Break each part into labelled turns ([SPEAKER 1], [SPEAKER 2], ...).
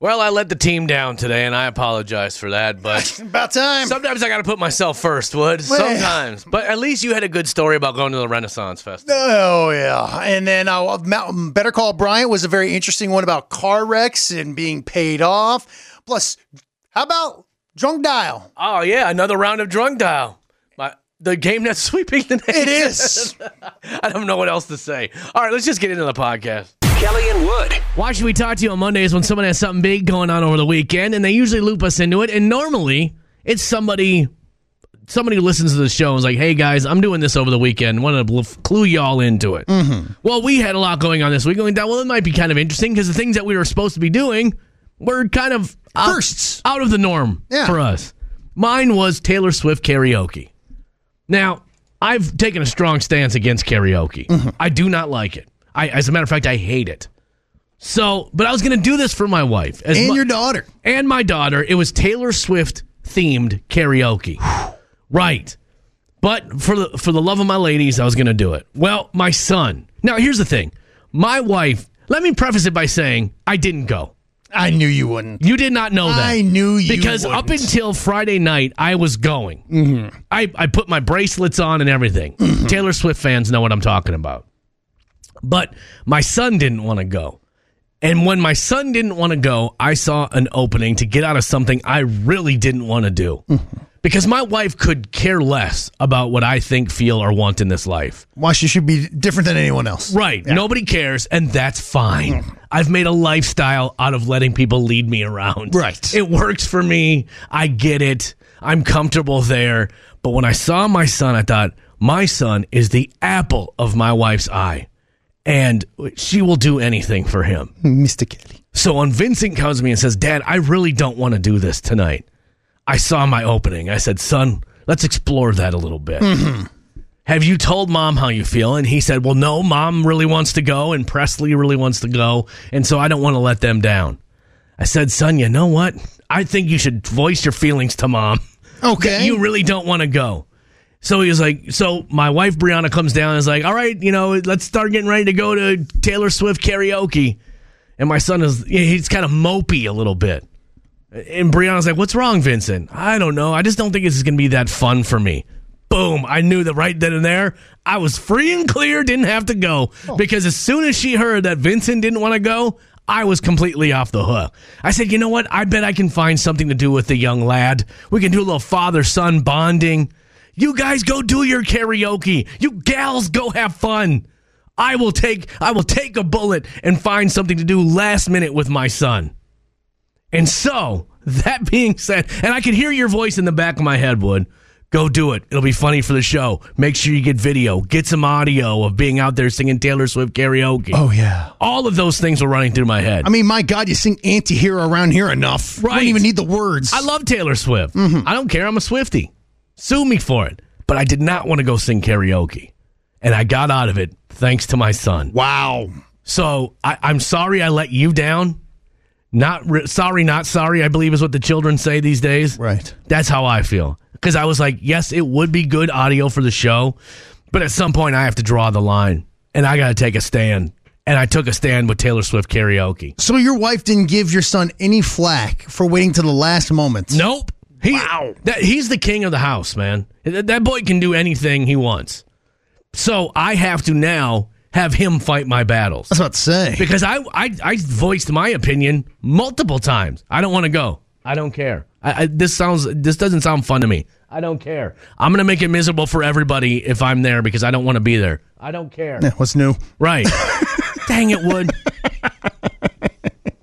[SPEAKER 1] Well, I let the team down today, and I apologize for that. But
[SPEAKER 2] About time.
[SPEAKER 1] sometimes I got to put myself first, Wood. Sometimes. But at least you had a good story about going to the Renaissance Fest.
[SPEAKER 2] Oh yeah, and then uh, Ma- Better Call Bryant was a very interesting one about car wrecks and being paid off. Plus, how about Drunk Dial?
[SPEAKER 1] Oh, yeah. Another round of drunk dial. My, the game that's sweeping the nation.
[SPEAKER 2] It is.
[SPEAKER 1] I don't know what else to say. All right, let's just get into the podcast.
[SPEAKER 3] Kelly and Wood.
[SPEAKER 1] Why should we talk to you on Mondays when someone has something big going on over the weekend and they usually loop us into it? And normally it's somebody somebody who listens to the show and is like, hey guys, I'm doing this over the weekend. Want to bl- clue y'all into it. Mm-hmm. Well, we had a lot going on this week. Going down, well, it might be kind of interesting because the things that we were supposed to be doing were kind of out-
[SPEAKER 2] Firsts.
[SPEAKER 1] out of the norm
[SPEAKER 2] Yeah.
[SPEAKER 1] for us. Mine was Taylor Swift karaoke. Now, I've taken a strong stance against karaoke.
[SPEAKER 2] Mm-hmm.
[SPEAKER 1] I do not like it. I, as a matter of fact, I hate it. So, but I was going to do this for my wife as
[SPEAKER 2] And
[SPEAKER 1] mu-
[SPEAKER 2] your daughter.
[SPEAKER 1] and my daughter. It was Taylor Swift themed karaoke, right? But for the for the love of my ladies, I was going to do it. Well, my son. Now, here's the thing. My wife. Let me preface it by saying I didn't go.
[SPEAKER 2] I knew you wouldn't.
[SPEAKER 1] You did not know that
[SPEAKER 2] I knew you
[SPEAKER 1] because
[SPEAKER 2] wouldn't.
[SPEAKER 1] up until Friday night, I was going. I, I put my bracelets on and everything. Taylor Swift fans know what I'm talking about. But my son didn't want to go. And when my son didn't want to go, I saw an opening to get out of something I really didn't want to do. Because my wife could care less about what I think, feel, or want in this life.
[SPEAKER 2] why she should be different than anyone else.
[SPEAKER 1] Right. Nobody cares, and that's fine. I've made a lifestyle out of letting people lead me around.
[SPEAKER 2] Right.
[SPEAKER 1] It works for me. I get it. I'm comfortable there. But when I saw my son, I thought, my son is the apple of my wife's eye, and she will do anything for him.
[SPEAKER 2] Mr. Kelly.
[SPEAKER 1] So when Vincent comes to me and says, Dad, I really don't want to do this tonight, I saw my opening. I said, Son, let's explore that a little bit. Have you told mom how you feel? And he said, Well, no, mom really wants to go, and Presley really wants to go. And so I don't want to let them down. I said, Son, you know what? I think you should voice your feelings to mom.
[SPEAKER 2] Okay.
[SPEAKER 1] You really don't want to go. So he was like, so my wife Brianna comes down and is like, all right, you know, let's start getting ready to go to Taylor Swift karaoke. And my son is, he's kind of mopey a little bit. And Brianna's like, what's wrong, Vincent? I don't know. I just don't think this is going to be that fun for me. Boom. I knew that right then and there. I was free and clear, didn't have to go. Because as soon as she heard that Vincent didn't want to go, I was completely off the hook. I said, you know what? I bet I can find something to do with the young lad. We can do a little father son bonding. You guys go do your karaoke. You gals go have fun. I will take I will take a bullet and find something to do last minute with my son. And so, that being said, and I can hear your voice in the back of my head, Wood. Go do it. It'll be funny for the show. Make sure you get video. Get some audio of being out there singing Taylor Swift karaoke.
[SPEAKER 2] Oh yeah.
[SPEAKER 1] All of those things were running through my head.
[SPEAKER 2] I mean, my God, you sing anti-hero around here enough. You
[SPEAKER 1] Right.
[SPEAKER 2] don't even need the words.
[SPEAKER 1] I love Taylor Swift.
[SPEAKER 2] Mm-hmm.
[SPEAKER 1] I don't care. I'm a Swifty. Sue me for it. But I did not want to go sing karaoke. And I got out of it thanks to my son.
[SPEAKER 2] Wow.
[SPEAKER 1] So I, I'm sorry I let you down. Not re- sorry, not sorry, I believe is what the children say these days.
[SPEAKER 2] Right.
[SPEAKER 1] That's how I feel. Because I was like, yes, it would be good audio for the show, but at some point I have to draw the line and I got to take a stand. And I took a stand with Taylor Swift karaoke.
[SPEAKER 2] So your wife didn't give your son any flack for waiting till the last moment.
[SPEAKER 1] Nope. He, That, he's the king of the house, man. That, that boy can do anything he wants. So I have to now have him fight my battles.
[SPEAKER 2] I was about to say.
[SPEAKER 1] because I, I I voiced my opinion multiple times. I don't want to go. I don't care. I, I, this sounds this doesn't sound fun to me. I don't care. I'm gonna make it miserable for everybody if I'm there because I don't want to be there. I don't care.
[SPEAKER 2] Yeah, What's new?
[SPEAKER 1] Right? Dang it, Wood.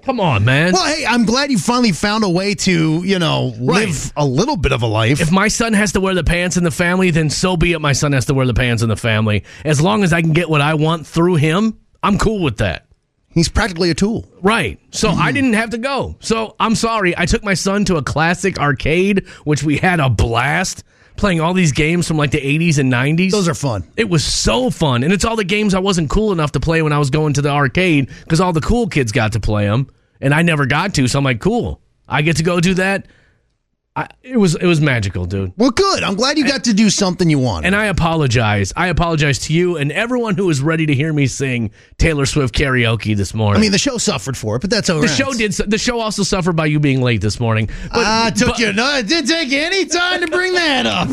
[SPEAKER 1] Come on, man.
[SPEAKER 2] Well, hey, I'm glad you finally found a way to, you know, live a little bit of a life.
[SPEAKER 1] If my son has to wear the pants in the family, then so be it. My son has to wear the pants in the family. As long as I can get what I want through him, I'm cool with that.
[SPEAKER 2] He's practically a tool.
[SPEAKER 1] Right. So
[SPEAKER 2] Mm-hmm.
[SPEAKER 1] I didn't have to go. So I'm sorry. I took my son to a classic arcade, which we had a blast playing all these games from like the 80s and 90s.
[SPEAKER 2] Those are fun.
[SPEAKER 1] It was so fun. And it's all the games I wasn't cool enough to play when I was going to the arcade because all the cool kids got to play them. And I never got to. So I'm like, cool. I get to go do that. I, it was it was magical, dude.
[SPEAKER 2] Well, good. I'm glad you got to do something you wanted.
[SPEAKER 1] And I apologize. I apologize to you and everyone who is ready to hear me sing Taylor Swift karaoke this morning.
[SPEAKER 2] I mean, the show suffered for it, but that's all
[SPEAKER 1] the
[SPEAKER 2] right.
[SPEAKER 1] show did. su- The show also suffered by you being late this morning. But,
[SPEAKER 2] Ah, took
[SPEAKER 1] but-
[SPEAKER 2] you. No, it didn't take you any time to bring that up.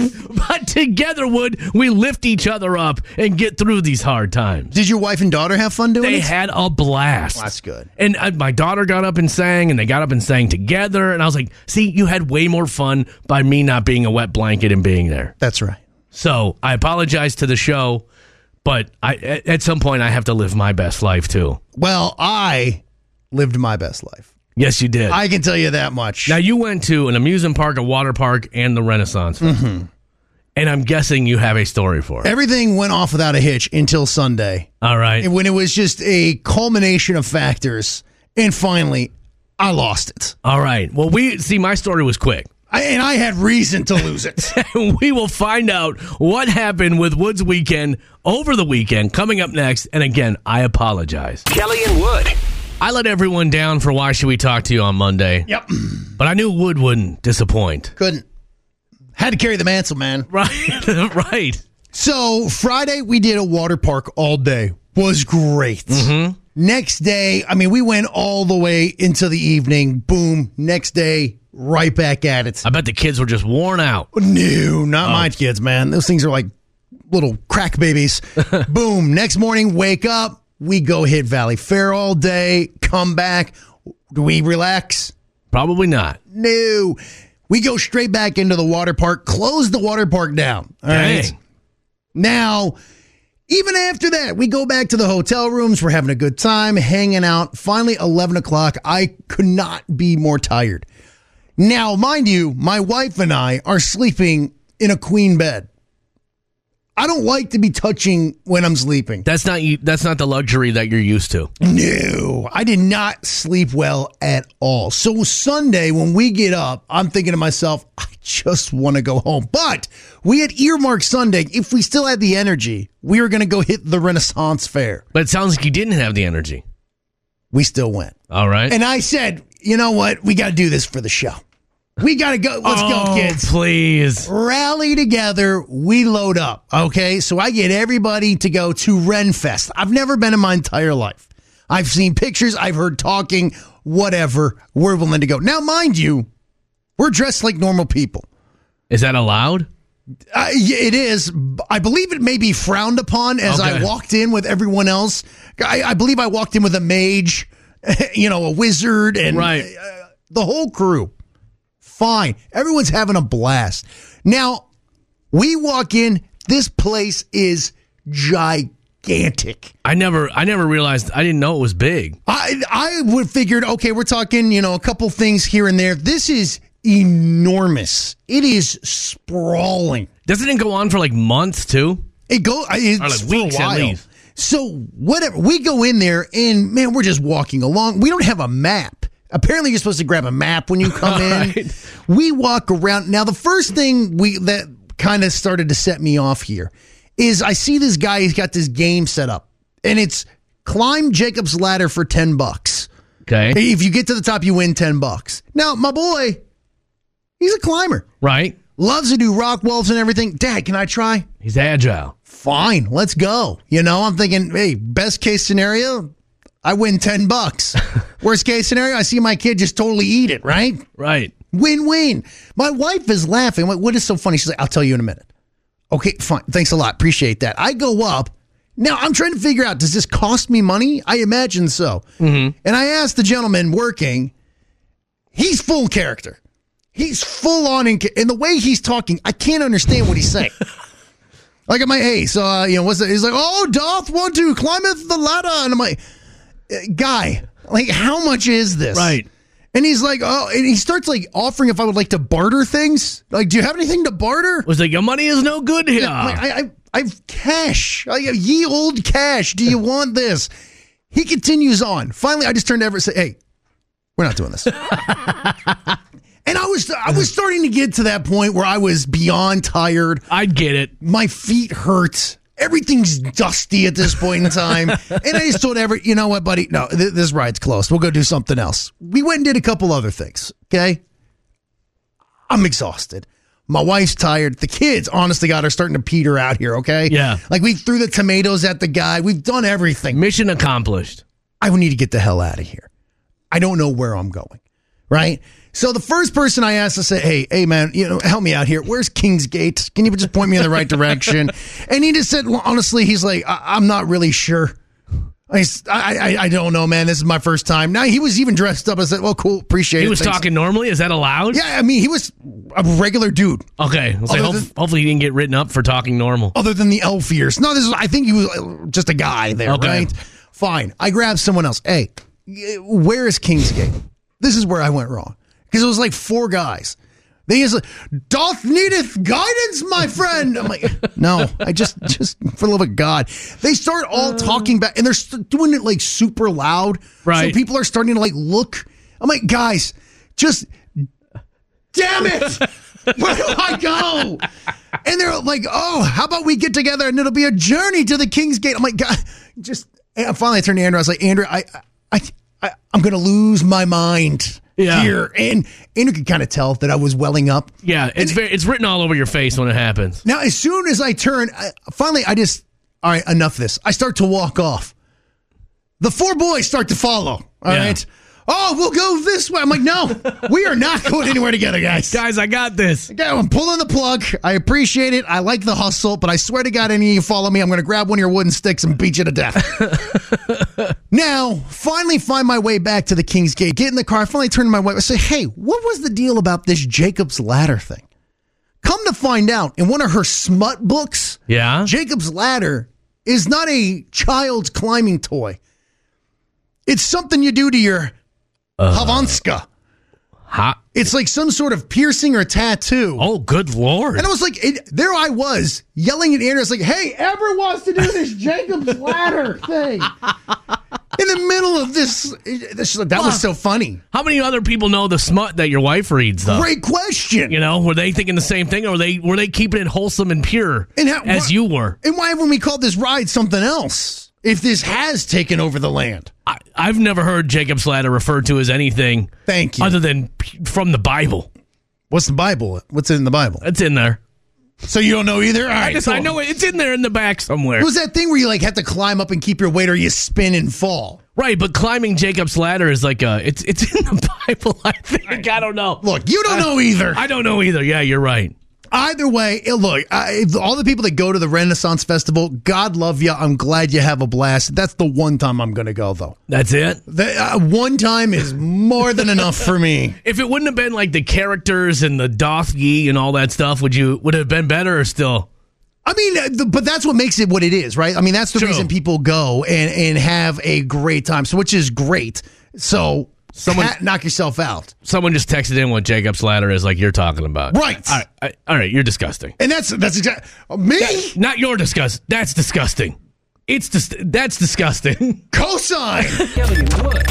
[SPEAKER 1] But together, would we lift each other up and get through these hard times?
[SPEAKER 2] Did your wife and daughter have fun doing
[SPEAKER 1] They
[SPEAKER 2] it?
[SPEAKER 1] had a blast.
[SPEAKER 2] That's good.
[SPEAKER 1] And I, my daughter got up and sang, and they got up and sang together. And I was like, "See, you had way more fun by me not being a wet blanket and being there."
[SPEAKER 2] that's right.
[SPEAKER 1] So I apologize to the show, but I at at some point I have to live my best life too.
[SPEAKER 2] Well, I lived my best life.
[SPEAKER 1] Yes, you did.
[SPEAKER 2] I can tell you that much.
[SPEAKER 1] now you went to an amusement park, a water park, and the Renaissance. Festival. And I'm guessing you have a story for it.
[SPEAKER 2] Everything went off without a hitch until Sunday,
[SPEAKER 1] All right.
[SPEAKER 2] and when it was just a culmination of factors, and finally, I lost it.
[SPEAKER 1] All right. Well, we see my story was quick.
[SPEAKER 2] I, and I had reason to lose it.
[SPEAKER 1] we will find out what happened with Woods weekend over the weekend coming up next. And again, I apologize.
[SPEAKER 3] Kelly and Wood.
[SPEAKER 1] I let everyone down for why should we talk to you on Monday?
[SPEAKER 2] yep,
[SPEAKER 1] But I knew Wood wouldn't disappoint.
[SPEAKER 2] couldn't. Had to carry the mantle, man.
[SPEAKER 1] Right. right.
[SPEAKER 2] So Friday we did a water park all day. Was great. Next day, I mean, we went all the way into the evening. Boom. Next day, right back at it.
[SPEAKER 1] I bet the kids were just worn out.
[SPEAKER 2] No, not my kids, man. Those things are like little crack babies. Boom. Next morning, wake up. We go hit Valley Fair all day. Come back. Do we relax?
[SPEAKER 1] Probably not.
[SPEAKER 2] No. We go straight back into the water park. Close the water park down. All right.
[SPEAKER 1] Dang.
[SPEAKER 2] Now, even after that, we go back to the hotel rooms. We're having a good time, hanging out. Finally, 11 o'clock. I could not be more tired. Now, mind you, my wife and I are sleeping in a queen bed. I don't like to be touching when I'm sleeping.
[SPEAKER 1] That's not you. That's not the luxury that you're used to.
[SPEAKER 2] No, I did not sleep well at all. So Sunday, when we get up, I'm thinking to myself, I just want to go home. But we had earmarked Sunday. If we still had the energy, we were going to go hit the Renaissance Fair.
[SPEAKER 1] But it sounds like you didn't have the energy.
[SPEAKER 2] We still went.
[SPEAKER 1] All right.
[SPEAKER 2] And I said, you know what? We got to do this for the show. We got to go. Let's go,
[SPEAKER 1] Oh,
[SPEAKER 2] kids.
[SPEAKER 1] Please.
[SPEAKER 2] Rally together. We load up. Okay. So I get everybody to go to Renfest. I've never been in my entire life. I've seen pictures. I've heard talking, whatever. We're willing to go. Now, mind you, we're dressed like normal people.
[SPEAKER 1] Is that allowed?
[SPEAKER 2] Uh, yeah, it is. I believe it may be frowned upon as I
[SPEAKER 1] Okay.
[SPEAKER 2] walked in with everyone else. I, I believe I walked in with a mage, you know, a wizard, and
[SPEAKER 1] Right.
[SPEAKER 2] the whole crew. Fine. Everyone's having a blast. Now, we walk in. This place is gigantic.
[SPEAKER 1] I never. I never realized. I didn't know it was big.
[SPEAKER 2] I I would figured okay, we're talking you know a couple things here and there. This is enormous. It is sprawling.
[SPEAKER 1] Doesn't it go on for like months too?
[SPEAKER 2] It go I- it's
[SPEAKER 1] Or like
[SPEAKER 2] for
[SPEAKER 1] weeks
[SPEAKER 2] a
[SPEAKER 1] at
[SPEAKER 2] while.
[SPEAKER 1] least.
[SPEAKER 2] So whatever we go in there and man, we're just walking along. We don't have a map. Apparently, you're supposed to grab a map when you come in.
[SPEAKER 1] Right.
[SPEAKER 2] We walk around. Now, the first thing we that kind of started to set me off here is I see this guy. He's got this game set up, and it's climb Jacob's ladder for ten bucks.
[SPEAKER 1] Okay.
[SPEAKER 2] If you get to the top, you win ten bucks. Now, my boy, he's a climber.
[SPEAKER 1] Right.
[SPEAKER 2] Loves to do rock walls and everything. Dad, can I try?
[SPEAKER 1] He's agile.
[SPEAKER 2] fine, let's go. You know, I'm thinking, hey, best case scenario, I win 10 bucks. Worst case scenario, I see my kid just totally eat it, right?
[SPEAKER 1] Right.
[SPEAKER 2] Win win. My wife is laughing. What- what is so funny? She's like, I'll tell you in a minute. Okay, fine. Thanks a lot. Appreciate that. I go up. Now I'm trying to figure out does this cost me money? I imagine so. And I asked the gentleman working, he's full character. He's full on in, in the way he's talking. I can't understand what he's saying. like I'm like, hey, so uh, you know what's that? He's like, oh, Doth want to climbeth the ladder, and I'm like, "Uh, guy, like how much is this?
[SPEAKER 1] Right.
[SPEAKER 2] And he's like, oh, and he starts like offering if I would like to barter things. Like, do you have anything to barter?
[SPEAKER 1] Was like your money is no good here.
[SPEAKER 2] I'm like, I, I, I've cash. I have ye old cash. Do you want this? He continues on. Finally, I just turned to Everett and said, hey, we're not doing this. and I was, I was starting to get to that point where I was beyond tired.
[SPEAKER 1] I'd get it.
[SPEAKER 2] My feet hurt. Everything's dusty at this point in time. and I just told Everett, you know what, buddy? No, th- this ride's closed. We'll go do something else. We went and did a couple other things. Okay. I'm exhausted. My wife's tired. The kids, honestly, God, are starting to peter out here, okay?
[SPEAKER 1] Yeah.
[SPEAKER 2] Like we threw the tomatoes at the guy. We've done everything.
[SPEAKER 1] Mission accomplished.
[SPEAKER 2] I need to get the hell out of here. I don't know where I'm going. Right? So the first person I asked to say, hey, hey man, you know, help me out here. Where's Kingsgate? Can you just point me in the right direction? And he just said, well, honestly, he's like, I- I'm not really sure. I, s- I- I- I don't know, man. This is my first time. Now he was even dressed up. I said, well, cool, appreciate it.
[SPEAKER 1] He was
[SPEAKER 2] Thanks.
[SPEAKER 1] talking normally. Is that allowed?
[SPEAKER 2] Yeah, I mean, he was a regular dude.
[SPEAKER 1] Okay. Let's say,
[SPEAKER 2] Other
[SPEAKER 1] hope-
[SPEAKER 2] than-
[SPEAKER 1] hopefully he didn't get written up for talking normal.
[SPEAKER 2] other than the elf ears. No, this is, I think he was uh, just a guy there,
[SPEAKER 1] Okay.
[SPEAKER 2] right? Fine. I grabbed someone else. Hey, y- where is Kingsgate? This is where I went wrong because it was like four guys. They is like, doth needeth guidance, my friend. I'm like, no, I just, just for the love of God. They start all
[SPEAKER 1] Uh.
[SPEAKER 2] talking back and they're st- doing it like super loud.
[SPEAKER 1] Right.
[SPEAKER 2] So people are starting to like look. I'm like, guys, just damn it where do i go and they're like oh how about we get together and it'll be a journey to the king's gate i'm like god just and finally i turned to andrew i was like andrew i i, I i'm gonna lose my mind
[SPEAKER 1] Yeah.
[SPEAKER 2] here and andrew could kind of tell that i was welling up
[SPEAKER 1] Yeah, it's very, it's written all over your face when it happens.
[SPEAKER 2] now as soon as i turn I, finally i just all right enough of this i start to walk off the four boys start to follow All right.
[SPEAKER 1] Yeah.
[SPEAKER 2] oh we'll go this way i'm like no we are not going anywhere together guys
[SPEAKER 1] Guys, I got this.
[SPEAKER 2] Yeah, I'm pulling the plug. I appreciate it. I like the hustle, but I swear to God, any of you follow me, I'm going to grab one of your wooden sticks and beat you to death. now, finally find my way back to the King's Gate. Get in the car. I finally turn to my wife. I say, hey, what was the deal about this Jacob's Ladder thing? Come to find out, in one of her smut books,
[SPEAKER 1] Yeah.
[SPEAKER 2] Jacob's Ladder is not a child's climbing toy. It's something you do to your Havanska.
[SPEAKER 1] Hot.
[SPEAKER 2] It's like some sort of piercing or tattoo.
[SPEAKER 1] Oh, good lord.
[SPEAKER 2] And I was like, it, there I was yelling at Andrew. I was like, hey, ever wants to do this Jacob's Ladder thing? In the middle of this, this- that was so funny.
[SPEAKER 1] How many other people know the smut that your wife reads though?
[SPEAKER 2] Great question.
[SPEAKER 1] You know, were they thinking the same thing or were they were they keeping it wholesome and pure
[SPEAKER 2] And how-
[SPEAKER 1] as
[SPEAKER 2] what-
[SPEAKER 1] you were?
[SPEAKER 2] And why haven't we called this ride something else if this has taken over the land?
[SPEAKER 1] I, I've never heard Jacob's ladder referred to as anything
[SPEAKER 2] Thank you.
[SPEAKER 1] other than p- from the Bible.
[SPEAKER 2] What's the Bible? What's in the Bible?
[SPEAKER 1] It's in there.
[SPEAKER 2] So you don't know either? All right.
[SPEAKER 1] I, just, I
[SPEAKER 2] cool.
[SPEAKER 1] know it- it's in there in the back somewhere.
[SPEAKER 2] It was that thing where you like have to climb up and keep your weight or you spin and fall.
[SPEAKER 1] right, but climbing Jacob's ladder is like a it's it's in the Bible. I think I don't know.
[SPEAKER 2] Look, you don't know either.
[SPEAKER 1] I don't know either. Yeah, you're right.
[SPEAKER 2] Either way, it- look, I, all the people that go to the Renaissance Festival, God love you. I'm glad you have a blast. That's the one time I'm going to go, though.
[SPEAKER 1] That's it.
[SPEAKER 2] The, uh, one time is more than enough for me.
[SPEAKER 1] If it wouldn't have been like the characters and the doth ye and all that stuff, would you would it have been better or still?
[SPEAKER 2] I mean, uh, the, but that's what makes it what it is, right? I mean, that's the
[SPEAKER 1] True.
[SPEAKER 2] reason people go and, and have a great time, so which is great. So,
[SPEAKER 1] Someone-
[SPEAKER 2] someone knock yourself out.
[SPEAKER 1] Someone just texted in what Jacob's ladder is like you're talking about.
[SPEAKER 2] Right.
[SPEAKER 1] All right, I- all right you're disgusting.
[SPEAKER 2] And that's that's exactly me.
[SPEAKER 1] Not your disgust. That's disgusting. It's dis- that's disgusting.
[SPEAKER 2] Cosine.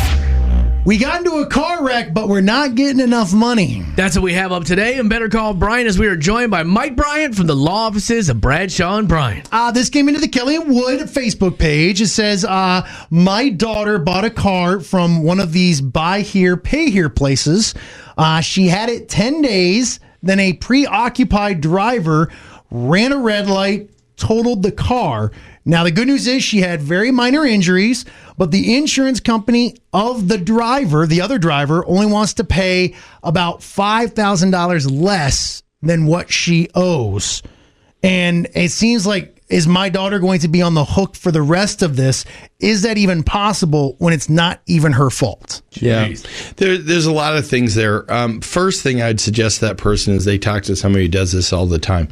[SPEAKER 2] we got into a car wreck, but we're not getting enough money.
[SPEAKER 1] That's what we have up today and Better Call Brian as we are joined by Mike Bryant from the law offices of Bradshaw and Bryant.
[SPEAKER 2] Uh, this came into the Kelly and Wood Facebook page. It says, uh, My daughter bought a car from one of these buy here, pay here places. Uh, she had it 10 days. Then a preoccupied driver ran a red light, totaled the car. Now, the good news is she had very minor injuries, but the insurance company of the driver, the other driver, only wants to pay about $5,000 less than what she owes and it seems like is my daughter going to be on the hook for the rest of this is that even possible when it's not even her fault
[SPEAKER 3] Yeah, there, there's a lot of things there. Um, first thing I'd suggest that person is they talk to somebody who does this all the time,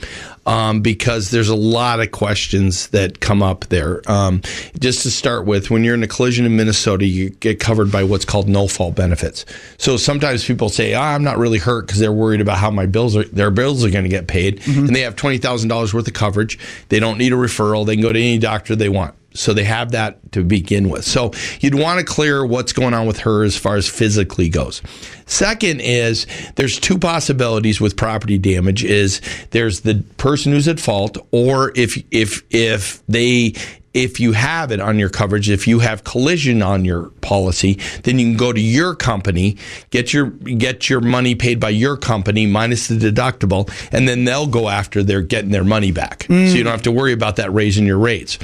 [SPEAKER 3] um, because there's a lot of questions that come up there. Um, just to start with, when you're in a collision in Minnesota, you get covered by what's called no fault benefits. So sometimes people say, Ah, "I'm not really hurt" because they're worried about how my bills are their bills are going to get paid, and they have twenty thousand dollars worth of coverage. They don't need a referral. They can go to any doctor they want. So they have that to begin with. So you'd want to clear what's going on with her as far as physically goes. Second is there's two possibilities with property damage is there's the person who's at fault or if if if they if you have it on your coverage, if you have collision on your policy, then you can go to your company, get your get your money paid by your company minus the deductible, and then they'll go after they're getting their money back. So you don't have to worry about that raising your rates.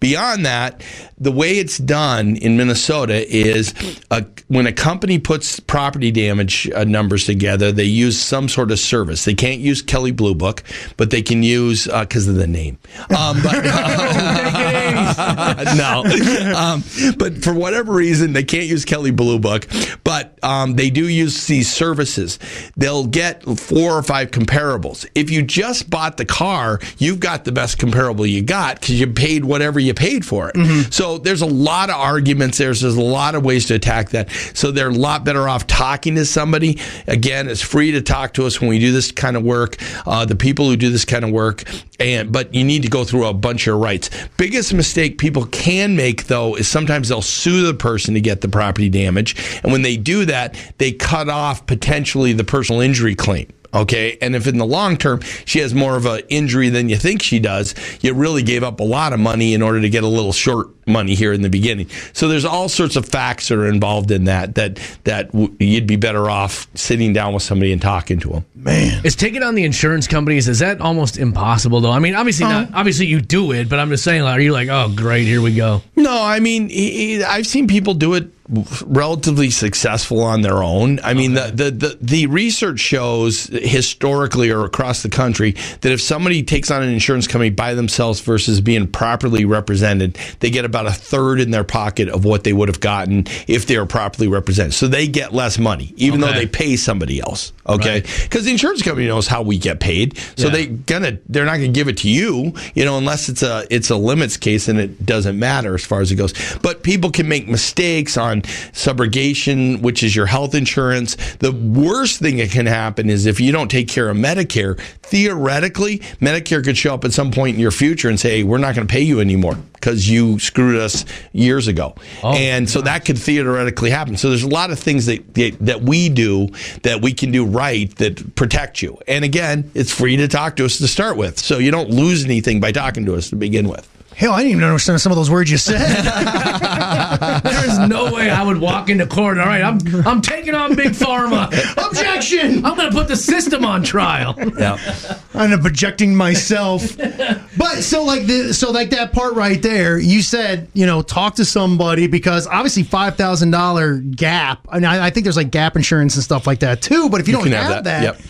[SPEAKER 3] Beyond that, the way it's done in Minnesota is a, when a company puts property damage uh, numbers together, they use some sort of service. They can't use Kelly Blue Book, but they can use because of the name. Um, but, no. Um, but for whatever reason, they can't use Kelly Blue Book, but um, they do use these services. They'll get four or five comparables. If you just bought the car, you've got the best comparable you got because you paid whatever you paid for it. So there's a lot of arguments there. So there's a lot of ways to attack that. So they're a lot better off talking to somebody. Again, it's free to talk to us when we do this kind of work. Uh, the people who do this kind of work, and but you need to go through a bunch of rights. Biggest mistake people can make though is sometimes they'll sue the person to get the property damage, and when they do that, they cut off potentially the personal injury claim. Okay, and if in the long term she has more of an injury than you think she does, you really gave up a lot of money in order to get a little short money here in the beginning. So there's all sorts of facts that are involved in that that that w- you'd be better off sitting down with somebody and talking to them.
[SPEAKER 1] Is taking on the insurance companies is that almost impossible though? I mean, obviously not. Obviously you do it, but I'm just saying, like, are you like, oh great, here we go?
[SPEAKER 3] No, I mean, he- he- I've seen people do it relatively successful on their own. I mean, the, the, the, the research shows historically or across the country that if somebody takes on an insurance company by themselves versus being properly represented, they get about a third in their pocket of what they would have gotten if they were properly represented. So they get less money, even though
[SPEAKER 1] Okay.
[SPEAKER 3] they pay somebody else. Okay. Because the insurance company knows how we get paid. So
[SPEAKER 1] Yeah.
[SPEAKER 3] they gonna they're not gonna give it to you, you know, unless it's a it's a limits case and it doesn't matter as far as it goes. But people can make mistakes on subrogation, which is your health insurance. The worst thing that can happen is if you don't take care of Medicare, theoretically, Medicare could show up at some point in your future and say, hey, we're not gonna pay you anymore because you screwed us years ago. and so that could theoretically happen. So there's a lot of things that that we do that we can do right that protect you. And again, it's free to talk to us to start with. So you don't lose anything by talking to us to begin with.
[SPEAKER 2] Hell, I didn't even understand some of those words you said.
[SPEAKER 1] There's no way I would walk into court. All right, I'm I'm taking on big pharma. Objection! I'm gonna put the system on trial.
[SPEAKER 3] Yeah.
[SPEAKER 2] I'm projecting myself. But so like the so like that part right there, you said, you know, talk to somebody because obviously five thousand dollar gap, and I, I think there's like gap insurance and stuff like that too. But if you, don't
[SPEAKER 3] can
[SPEAKER 2] have, that,
[SPEAKER 3] have that. Yep.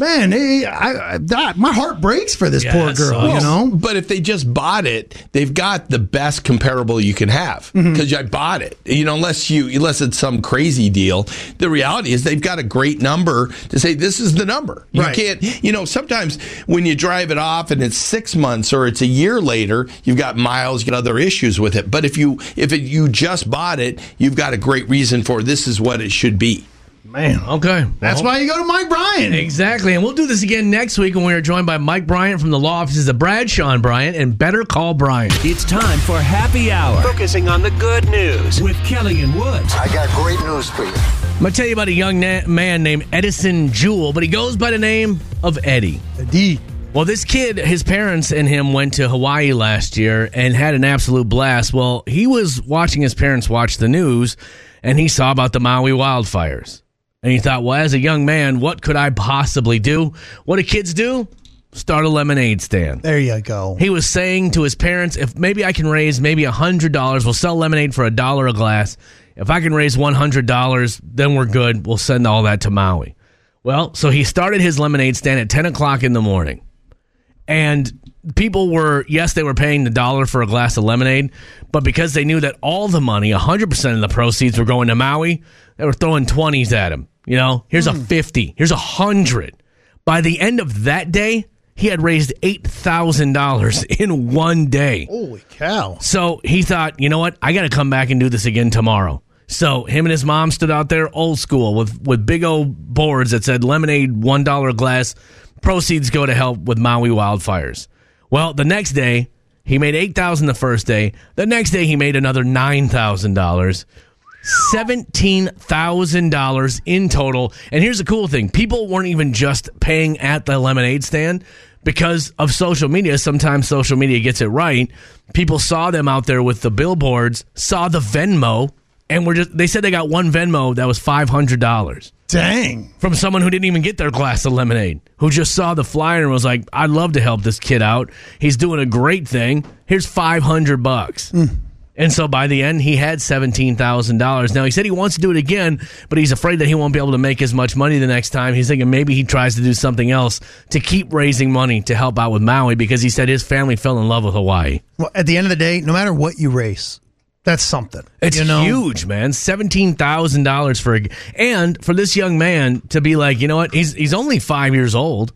[SPEAKER 2] man, eh, I, I, that- my heart breaks for this
[SPEAKER 1] Yeah,
[SPEAKER 2] poor
[SPEAKER 1] it
[SPEAKER 2] girl.
[SPEAKER 1] sucks.
[SPEAKER 2] You know,
[SPEAKER 3] But if they just bought it, they've got the best comparable you can have
[SPEAKER 2] Mm-hmm.
[SPEAKER 3] because I bought it. You know, unless you unless it's some crazy deal. The reality is they've got a great number to say this is the number. You
[SPEAKER 2] Right.
[SPEAKER 3] can't. You know, sometimes when you drive it off and it's six months or it's a year later, you've got miles, you got other issues with it. But if you if it, you just bought it, you've got a great reason for this is what it should be.
[SPEAKER 2] man,
[SPEAKER 1] Okay,
[SPEAKER 2] that's why you go to Mike Bryan.
[SPEAKER 1] Exactly. And we'll do this again next week when we are joined by Mike Bryant from the law offices of Bradshaw and Bryant and Better Call Bryant.
[SPEAKER 4] It's time for Happy Hour
[SPEAKER 5] Focusing on the good news.
[SPEAKER 4] with Kelly and Woods.
[SPEAKER 6] I got great news for you.
[SPEAKER 1] I'm going to tell you about a young na- man named Edison Jewell, but he goes by the name of Eddie.
[SPEAKER 2] D.
[SPEAKER 1] Well, this kid, his parents and him went to Hawaii last year and had an absolute blast. Well, he was watching his parents watch the news and he saw about the Maui wildfires. And he thought, well, as a young man, what could I possibly do? What do kids do? Start a lemonade stand.
[SPEAKER 2] There you go.
[SPEAKER 1] He was saying to his parents, if maybe I can raise maybe $100, we'll sell lemonade for a dollar a glass. If I can raise $100, then we're good. We'll send all that to Maui. Well, so he started his lemonade stand at 10 o'clock in the morning. And people were, yes, they were paying the dollar for a glass of lemonade, but because they knew that all the money, 100% of the proceeds were going to Maui, they were throwing 20s at him. You know, here's a 50, here's a 100. By the end of that day, he had raised $8,000 in one day.
[SPEAKER 2] Holy cow!
[SPEAKER 1] So he thought, you know what? I got to come back and do this again tomorrow. So him and his mom stood out there, old school, with with big old boards that said "lemonade, one dollar glass." Proceeds go to help with Maui wildfires. Well, the next day he made eight thousand the first day. The next day he made another nine thousand dollars. $17,000 in total. And here's the cool thing people weren't even just paying at the lemonade stand because of social media. Sometimes social media gets it right. People saw them out there with the billboards, saw the Venmo, and were just, they said they got one Venmo that was $500
[SPEAKER 2] Dang.
[SPEAKER 1] from someone who didn't even get their glass of lemonade, who just saw the flyer and was like, "I'd love to help this kid out. He's doing a great thing. Here's five hundred bucks." And so by the end, he had seventeen thousand dollars. Now he said he wants to do it again, but he's afraid that he won't be able to make as much money the next time. He's thinking maybe he tries to do something else to keep raising money to help out with Maui because he said his family fell in love with Hawaii.
[SPEAKER 2] Well, at the end of the day, no matter what you race, that's something.
[SPEAKER 1] It's
[SPEAKER 2] you know?
[SPEAKER 1] huge, man. Seventeen thousand dollars for a, and for this young man to be like, you know what? He's he's only five years old,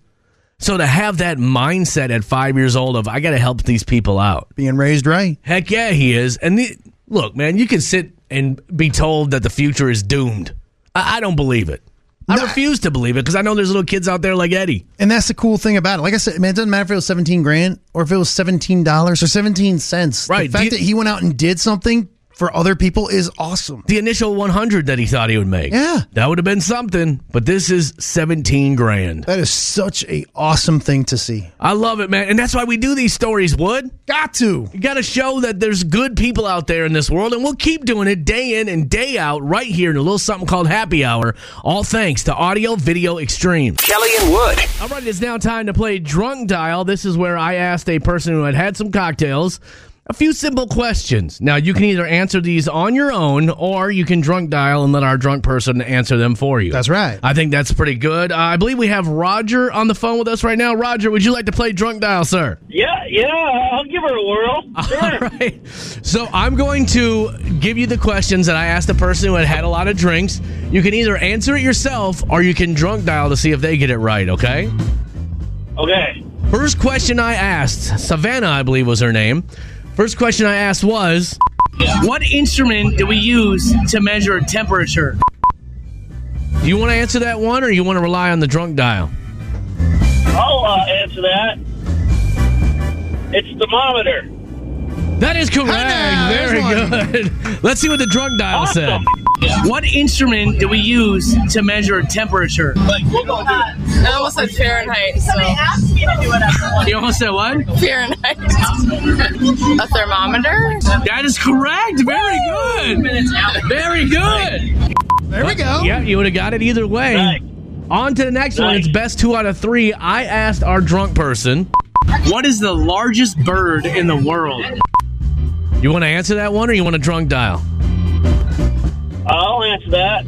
[SPEAKER 1] so to have that mindset at five years old of I got to help these people out.
[SPEAKER 2] Being raised right.
[SPEAKER 1] Heck yeah, he is. And the, look, man, you can sit and be told that the future is doomed. I, I don't believe it. I refuse to believe it because I know there's little kids out there like Eddie.
[SPEAKER 2] And that's the cool thing about it. Like I said, man, it doesn't matter if it was 17 grand or if it was $17 or 17 cents.
[SPEAKER 1] Right.
[SPEAKER 2] The fact
[SPEAKER 1] Do you-
[SPEAKER 2] that he went out and did something for other people is awesome.
[SPEAKER 1] The initial 100 that he thought he would make.
[SPEAKER 2] Yeah.
[SPEAKER 1] That would have been something, but this is 17 grand.
[SPEAKER 2] That is such a awesome thing to see.
[SPEAKER 1] I love it, man. And that's why we do these stories, Wood.
[SPEAKER 2] Got to.
[SPEAKER 1] You got to show that there's good people out there in this world, and we'll keep doing it day in and day out right here in a little something called Happy Hour. All thanks to Audio Video Extreme.
[SPEAKER 5] Kelly and Wood.
[SPEAKER 1] All right, it's now time to play Drunk Dial. This is where I asked a person who had had some cocktails a few simple questions. Now, you can either answer these on your own or you can drunk dial and let our drunk person answer them for you.
[SPEAKER 2] That's right.
[SPEAKER 1] I think that's pretty good. Uh, I believe we have Roger on the phone with us right now. Roger, would you like to play Drunk Dial, sir?
[SPEAKER 6] Yeah, yeah, I'll give her a whirl.
[SPEAKER 1] All right. So I'm going to give you the questions that I asked the person who had had a lot of drinks. You can either answer it yourself or you can drunk dial to see if they get it right, okay?
[SPEAKER 6] Okay.
[SPEAKER 1] First question I asked, Savannah, I believe was her name. First question I asked was
[SPEAKER 7] What instrument do we use to measure temperature?
[SPEAKER 1] Do you want to answer that one or you want to rely on the drunk dial?
[SPEAKER 6] I'll uh, answer that. It's thermometer.
[SPEAKER 1] That is correct. Very good. Let's see what the drunk dial said.
[SPEAKER 6] Awesome.
[SPEAKER 7] What instrument do we use to measure temperature?
[SPEAKER 8] I almost said Fahrenheit. So
[SPEAKER 7] You almost said what?
[SPEAKER 8] Fahrenheit. a thermometer?
[SPEAKER 7] That is correct. Very good. Very good.
[SPEAKER 2] There we go.
[SPEAKER 1] Yeah, you would have got it either way.
[SPEAKER 6] Nice.
[SPEAKER 1] On to the next one. It's
[SPEAKER 6] Nice.
[SPEAKER 1] best two out of three. I asked our drunk person.
[SPEAKER 7] What is the largest bird in the world?
[SPEAKER 1] You want to answer that one or you want to drunk dial?
[SPEAKER 6] I'll answer that.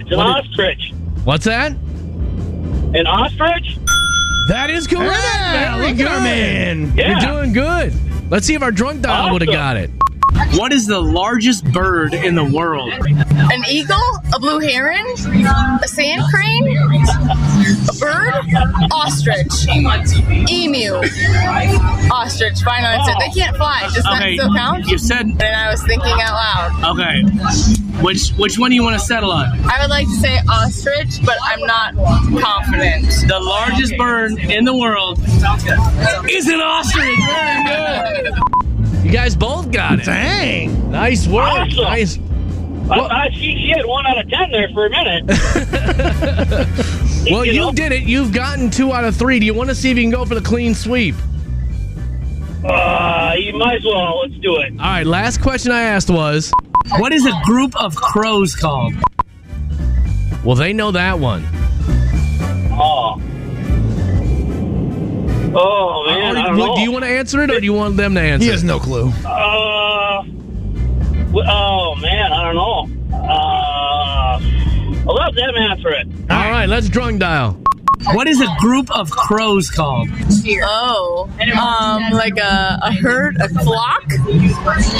[SPEAKER 6] It's an
[SPEAKER 1] What
[SPEAKER 6] ostrich.
[SPEAKER 1] What's that?
[SPEAKER 6] An ostrich?
[SPEAKER 1] That is correct. Now, look at her, man.
[SPEAKER 6] Yeah.
[SPEAKER 1] You're doing good. Let's see if our drunk dial would have
[SPEAKER 6] Awesome.
[SPEAKER 1] got it.
[SPEAKER 7] What is the largest bird in the world?
[SPEAKER 8] An eagle? A blue heron? A sand crane? A bird? Ostrich. Emu. Ostrich. Final answer. They can't fly. Does that
[SPEAKER 7] Okay,
[SPEAKER 8] still count?
[SPEAKER 7] you said
[SPEAKER 8] And I was thinking out loud.
[SPEAKER 7] okay. Which which one do you want to settle on?
[SPEAKER 8] I would like to say ostrich, but I'm not confident.
[SPEAKER 7] The largest bird in the world is an ostrich. Very good.
[SPEAKER 1] You guys both got it.
[SPEAKER 2] Dang.
[SPEAKER 1] Nice work.
[SPEAKER 6] Awesome.
[SPEAKER 1] Nice.
[SPEAKER 6] I thought she, she had one out of ten there for a minute.
[SPEAKER 1] Well,
[SPEAKER 6] You
[SPEAKER 1] you
[SPEAKER 6] know?
[SPEAKER 1] did it. You've gotten two out of three. Do you want to see if you can go for the clean sweep?
[SPEAKER 6] Uh, you might as well. Let's do it.
[SPEAKER 1] All right. Last question I asked was,
[SPEAKER 7] What is a group of crows called?
[SPEAKER 1] well, they know that one.
[SPEAKER 6] Oh. Oh, man. I
[SPEAKER 1] Or-
[SPEAKER 6] don't
[SPEAKER 1] look,
[SPEAKER 6] know.
[SPEAKER 1] Uh, do you want to answer it or do you want them to
[SPEAKER 2] He
[SPEAKER 1] answer?
[SPEAKER 2] has no clue.
[SPEAKER 6] Uh, w- oh, man. I don't know. Uh, I love them answer it.
[SPEAKER 1] All right. Let's drunk dial.
[SPEAKER 7] What is a group of crows called?
[SPEAKER 8] Oh, um, like a, a herd, a flock?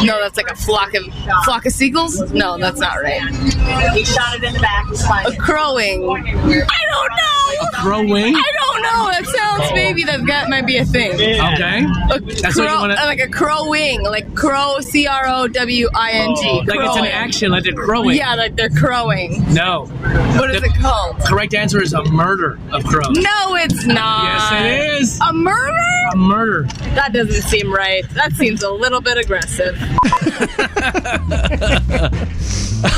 [SPEAKER 8] No, that's like a flock of flock of seagulls. No, that's not right. He shot it in the back. A crowing. I don't know.
[SPEAKER 7] Crowing.
[SPEAKER 8] I don't know. That sounds maybe that that might be a thing.
[SPEAKER 6] Man.
[SPEAKER 7] Okay.
[SPEAKER 8] A
[SPEAKER 7] what you
[SPEAKER 8] crow,
[SPEAKER 7] wanna-
[SPEAKER 8] like a crowing, like crow, C R O W I N G.
[SPEAKER 7] Like it's an
[SPEAKER 8] crowing.
[SPEAKER 7] action, like they're crowing.
[SPEAKER 8] Yeah, like they're crowing.
[SPEAKER 7] No.
[SPEAKER 8] What is it called?
[SPEAKER 7] Correct answer is a murder of crows.
[SPEAKER 8] No, it's not.
[SPEAKER 7] Yes, it is.
[SPEAKER 8] A murder?
[SPEAKER 7] A murder.
[SPEAKER 8] That doesn't seem right. That seems a little bit aggressive.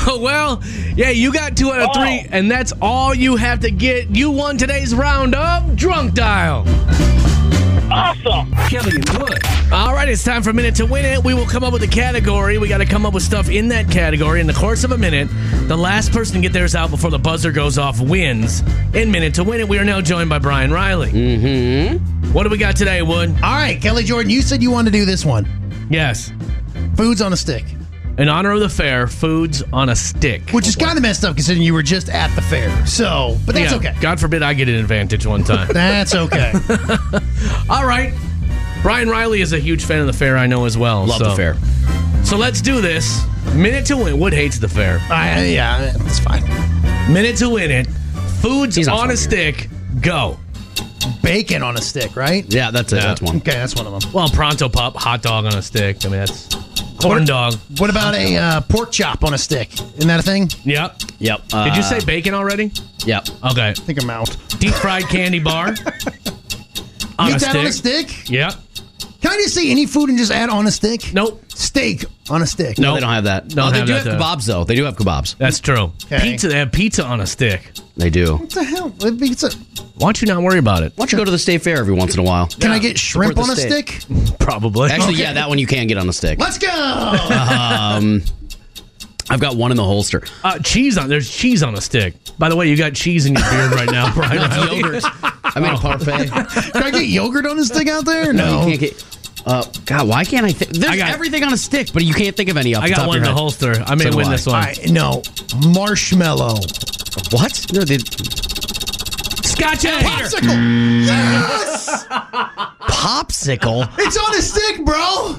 [SPEAKER 1] well, yeah, you got two out of three, and that's all you have to get. You won today's round of Drunk Dial.
[SPEAKER 6] Awesome.
[SPEAKER 4] Kelly and Wood.
[SPEAKER 1] All right, it's time for a minute to win it. We will come up with a category. We got to come up with stuff in that category in the course of a minute. The last person to get theirs out before the buzzer goes off wins. In minute to win it, we are now joined by Brian Riley. Mm-hmm. What do we got today, Wood?
[SPEAKER 2] All right, Kelly Jordan, you said you wanted to do this one.
[SPEAKER 1] Yes,
[SPEAKER 2] Foods on a stick,
[SPEAKER 1] in honor of the fair, foods on a stick.
[SPEAKER 2] which is kind of messed up considering you were just at the fair. So, but that's
[SPEAKER 1] Yeah,
[SPEAKER 2] okay.
[SPEAKER 1] God forbid I get an advantage one time.
[SPEAKER 2] That's okay.
[SPEAKER 1] All right. Brian Riley is a huge fan of the fair, I know as well.
[SPEAKER 9] Love
[SPEAKER 1] so-
[SPEAKER 9] the fair.
[SPEAKER 1] So let's do this. Minute to win. Wood hates the fair.
[SPEAKER 2] I, yeah, it's fine.
[SPEAKER 1] Minute to win it. Foods
[SPEAKER 9] He's not
[SPEAKER 1] on a
[SPEAKER 9] from
[SPEAKER 1] stick. Go.
[SPEAKER 2] Bacon on a stick, right?
[SPEAKER 9] Yeah, that's it. That's one.
[SPEAKER 2] Okay, that's one of them.
[SPEAKER 1] Well, pronto pop, hot dog on a stick. I mean, that's corn dog.
[SPEAKER 2] What about a uh, pork chop on a stick? Isn't that a thing? I
[SPEAKER 1] Yep.
[SPEAKER 9] Yep. Uh,
[SPEAKER 1] Did you say bacon already?
[SPEAKER 9] Yep.
[SPEAKER 1] Okay.
[SPEAKER 2] think I'm out.
[SPEAKER 1] Deep fried candy bar on
[SPEAKER 2] Eat
[SPEAKER 1] a
[SPEAKER 2] that
[SPEAKER 1] stick.
[SPEAKER 2] on a stick?
[SPEAKER 1] Yep.
[SPEAKER 2] Can I just see any food and just add on a stick?
[SPEAKER 1] Nope.
[SPEAKER 2] Steak on a stick.
[SPEAKER 9] No, they don't have that.
[SPEAKER 1] Don't
[SPEAKER 9] oh, they
[SPEAKER 1] have
[SPEAKER 9] do
[SPEAKER 1] that,
[SPEAKER 9] have
[SPEAKER 1] though.
[SPEAKER 9] kebabs though. They do have kebabs.
[SPEAKER 1] That's true.
[SPEAKER 2] Okay.
[SPEAKER 1] Pizza. They have pizza on a stick.
[SPEAKER 9] They do.
[SPEAKER 2] What the hell? It'd be- it's a-
[SPEAKER 1] Why don't you not worry about it?
[SPEAKER 9] Why don't you go to the state fair every once in a while?
[SPEAKER 2] Can I get shrimp
[SPEAKER 9] Support
[SPEAKER 2] on
[SPEAKER 9] the
[SPEAKER 2] a
[SPEAKER 9] steak.
[SPEAKER 2] stick?
[SPEAKER 1] Probably.
[SPEAKER 9] Actually, yeah, that one you can get on the stick.
[SPEAKER 2] Let's go.
[SPEAKER 9] I've got one in the holster.
[SPEAKER 1] Uh, cheese on. There's cheese on a stick. By the way, you got cheese in your beard right now, Brian. Riley.
[SPEAKER 9] Yogurt. I
[SPEAKER 1] Oh.
[SPEAKER 9] mean, a parfait.
[SPEAKER 2] Can I get yogurt on a stick out there?
[SPEAKER 9] You
[SPEAKER 2] No.
[SPEAKER 9] can't get. Uh, God, why can't I think? There's
[SPEAKER 1] I got-
[SPEAKER 9] everything on a stick, but you can't think of any off
[SPEAKER 1] I
[SPEAKER 9] the top
[SPEAKER 1] got
[SPEAKER 9] of
[SPEAKER 1] one in
[SPEAKER 9] your
[SPEAKER 1] the
[SPEAKER 9] head.
[SPEAKER 1] holster. I may
[SPEAKER 9] So do
[SPEAKER 1] win
[SPEAKER 9] I.
[SPEAKER 1] this one.
[SPEAKER 2] All right, no. Marshmallow.
[SPEAKER 9] What? No, they,
[SPEAKER 1] Scotch egg.
[SPEAKER 2] Popsicle. Yes!
[SPEAKER 9] popsicle.
[SPEAKER 2] It's on a stick, bro.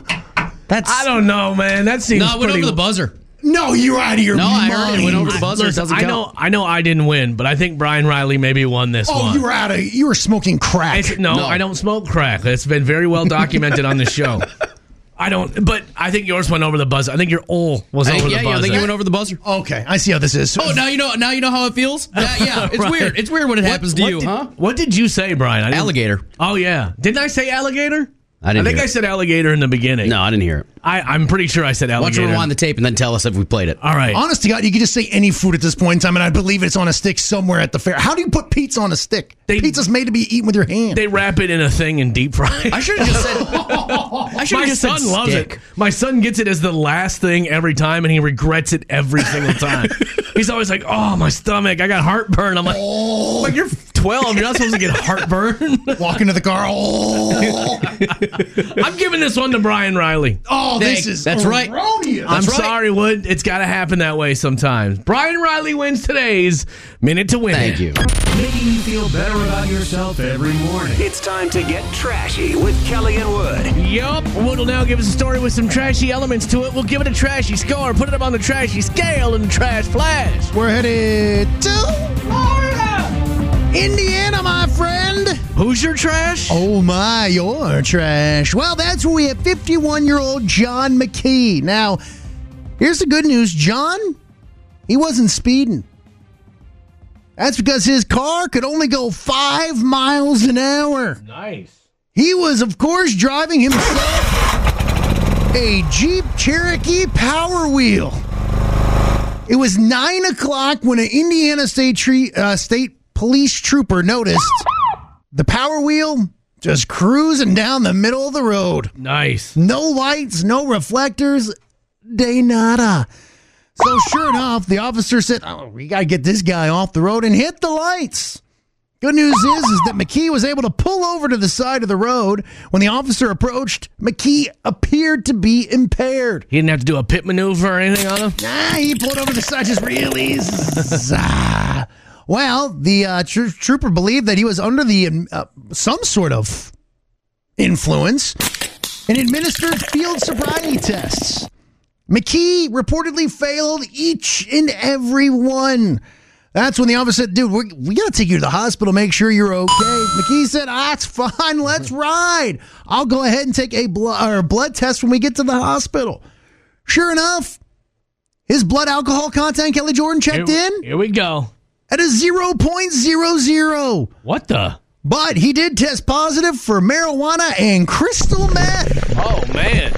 [SPEAKER 9] That's
[SPEAKER 1] I don't know, man. That seems
[SPEAKER 9] no. It went
[SPEAKER 1] pretty.
[SPEAKER 9] over the buzzer.
[SPEAKER 2] No, you're out of your
[SPEAKER 9] No, I
[SPEAKER 2] mind.
[SPEAKER 9] heard it went over the buzzer. It
[SPEAKER 1] Listen,
[SPEAKER 9] doesn't
[SPEAKER 1] I
[SPEAKER 9] count.
[SPEAKER 1] know, I know, I didn't win, but I think Brian Riley maybe won this
[SPEAKER 2] Oh,
[SPEAKER 1] one.
[SPEAKER 2] you were out of. You were smoking crack.
[SPEAKER 1] It's- no,
[SPEAKER 9] No.
[SPEAKER 1] I don't smoke crack. It's been very well documented on the show. I don't, but I think yours went over the buzzer. I think your all was
[SPEAKER 9] I think-
[SPEAKER 1] over
[SPEAKER 9] yeah,
[SPEAKER 1] the
[SPEAKER 9] yeah, I
[SPEAKER 1] buzzer.
[SPEAKER 9] think you went over the buzzer.
[SPEAKER 2] Okay, I see how this is.
[SPEAKER 9] Oh, now you know. Now you know how it feels. Yeah, yeah. It's
[SPEAKER 1] Right.
[SPEAKER 9] weird. It's weird when it happens to
[SPEAKER 1] what
[SPEAKER 9] you,
[SPEAKER 1] did,
[SPEAKER 9] huh?
[SPEAKER 1] What did you say, Brian? I didn't-
[SPEAKER 9] Alligator.
[SPEAKER 1] Oh yeah, didn't I say alligator?
[SPEAKER 9] I didn't
[SPEAKER 1] I think
[SPEAKER 9] hear
[SPEAKER 1] I
[SPEAKER 9] it.
[SPEAKER 1] said alligator in the beginning.
[SPEAKER 9] No, I didn't hear it.
[SPEAKER 1] I, I'm pretty sure I said
[SPEAKER 9] Why don't
[SPEAKER 1] alligator.
[SPEAKER 9] you rewind the tape and then tell us if we played it?
[SPEAKER 1] all right.
[SPEAKER 2] Honest to God, you could just say any food at this point in time, and I believe it's on a stick somewhere at the fair. How do you put pizza on a stick?
[SPEAKER 1] They-
[SPEAKER 2] Pizza's made to be eaten with your hand.
[SPEAKER 1] They wrap it in a thing and deep fry. it.
[SPEAKER 9] I should have just said. I should
[SPEAKER 1] My
[SPEAKER 9] have just
[SPEAKER 1] son
[SPEAKER 9] said
[SPEAKER 1] loves
[SPEAKER 9] stick.
[SPEAKER 1] it. My son gets it as the last thing every time, and he regrets it every single time. He's always like, "Oh, my stomach! I got heartburn." I'm like,
[SPEAKER 9] Oh.
[SPEAKER 1] "Like you're 12, you're not supposed to get heartburn."
[SPEAKER 2] Walk into the car. Oh,
[SPEAKER 1] I'm giving this one to Brian Riley.
[SPEAKER 2] oh this
[SPEAKER 9] Thank-
[SPEAKER 2] is
[SPEAKER 9] that's right.
[SPEAKER 2] erroneous.
[SPEAKER 1] I'm
[SPEAKER 9] right.
[SPEAKER 1] sorry, Wood. It's got to happen that way sometimes. Brian Riley wins today's minute to win.
[SPEAKER 9] Thank you.
[SPEAKER 4] Making you feel better about yourself every morning.
[SPEAKER 5] It's time to get trashy with Kelly and Wood.
[SPEAKER 1] Yup. Wood will now give us a story with some trashy elements to it. We'll give it a trashy score, put it up on the trashy scale, and trash flash.
[SPEAKER 2] We're headed to Florida, Indiana, my friend.
[SPEAKER 1] Who's your trash?
[SPEAKER 2] Oh my, you're trash. Well, that's where we have 51 year old John McKee. Now, here's the good news John, he wasn't speeding. That's because his car could only go five miles an hour.
[SPEAKER 1] nice.
[SPEAKER 2] He was, of course, driving himself a Jeep Cherokee Power Wheel. It was nine o'clock when an Indiana State tre- uh, State Police trooper noticed the Power Wheel just cruising down the middle of the road.
[SPEAKER 1] Nice.
[SPEAKER 2] No lights, no reflectors, de nada. So sure enough, the officer said, "Oh, we gotta get this guy off the road and hit the lights." Good news is, is that McKee was able to pull over to the side of the road. When the officer approached, McKee appeared to be impaired.
[SPEAKER 1] He didn't have to do a pit maneuver or anything on him.
[SPEAKER 2] Nah, he pulled over the side just really. zah. well, the uh, tr- trooper believed that he was under the um, uh, some sort of influence and administered field sobriety tests. McKee reportedly failed each and every one. That's when the officer said, "Dude, we, we got to take you to the hospital, make sure you're okay." McKee said, "Ah, it's fine. Let's ride. I'll go ahead and take a blood or a blood test when we get to the hospital." Sure enough, his blood alcohol content, Kelly Jordan checked
[SPEAKER 1] Here-
[SPEAKER 2] in.
[SPEAKER 1] Here we go.
[SPEAKER 2] at a 0.00.
[SPEAKER 1] What the?
[SPEAKER 2] But he did test positive for marijuana and crystal meth.
[SPEAKER 1] Oh man,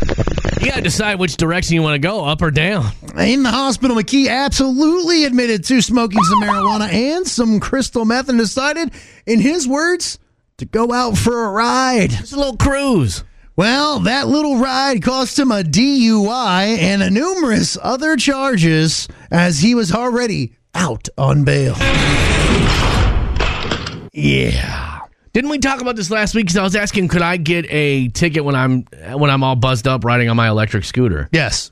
[SPEAKER 1] you gotta decide which direction you want to go, up or down.
[SPEAKER 2] In the hospital, McKee absolutely admitted to smoking some marijuana and some crystal meth and decided, in his words, to go out for a ride.
[SPEAKER 1] It's a little cruise.
[SPEAKER 2] Well, that little ride cost him a DUI and a numerous other charges as he was already out on bail. Yeah.
[SPEAKER 1] Didn't we talk about this last week? Because I was asking, could I get a ticket when I'm when I'm all buzzed up riding on my electric scooter?
[SPEAKER 2] Yes.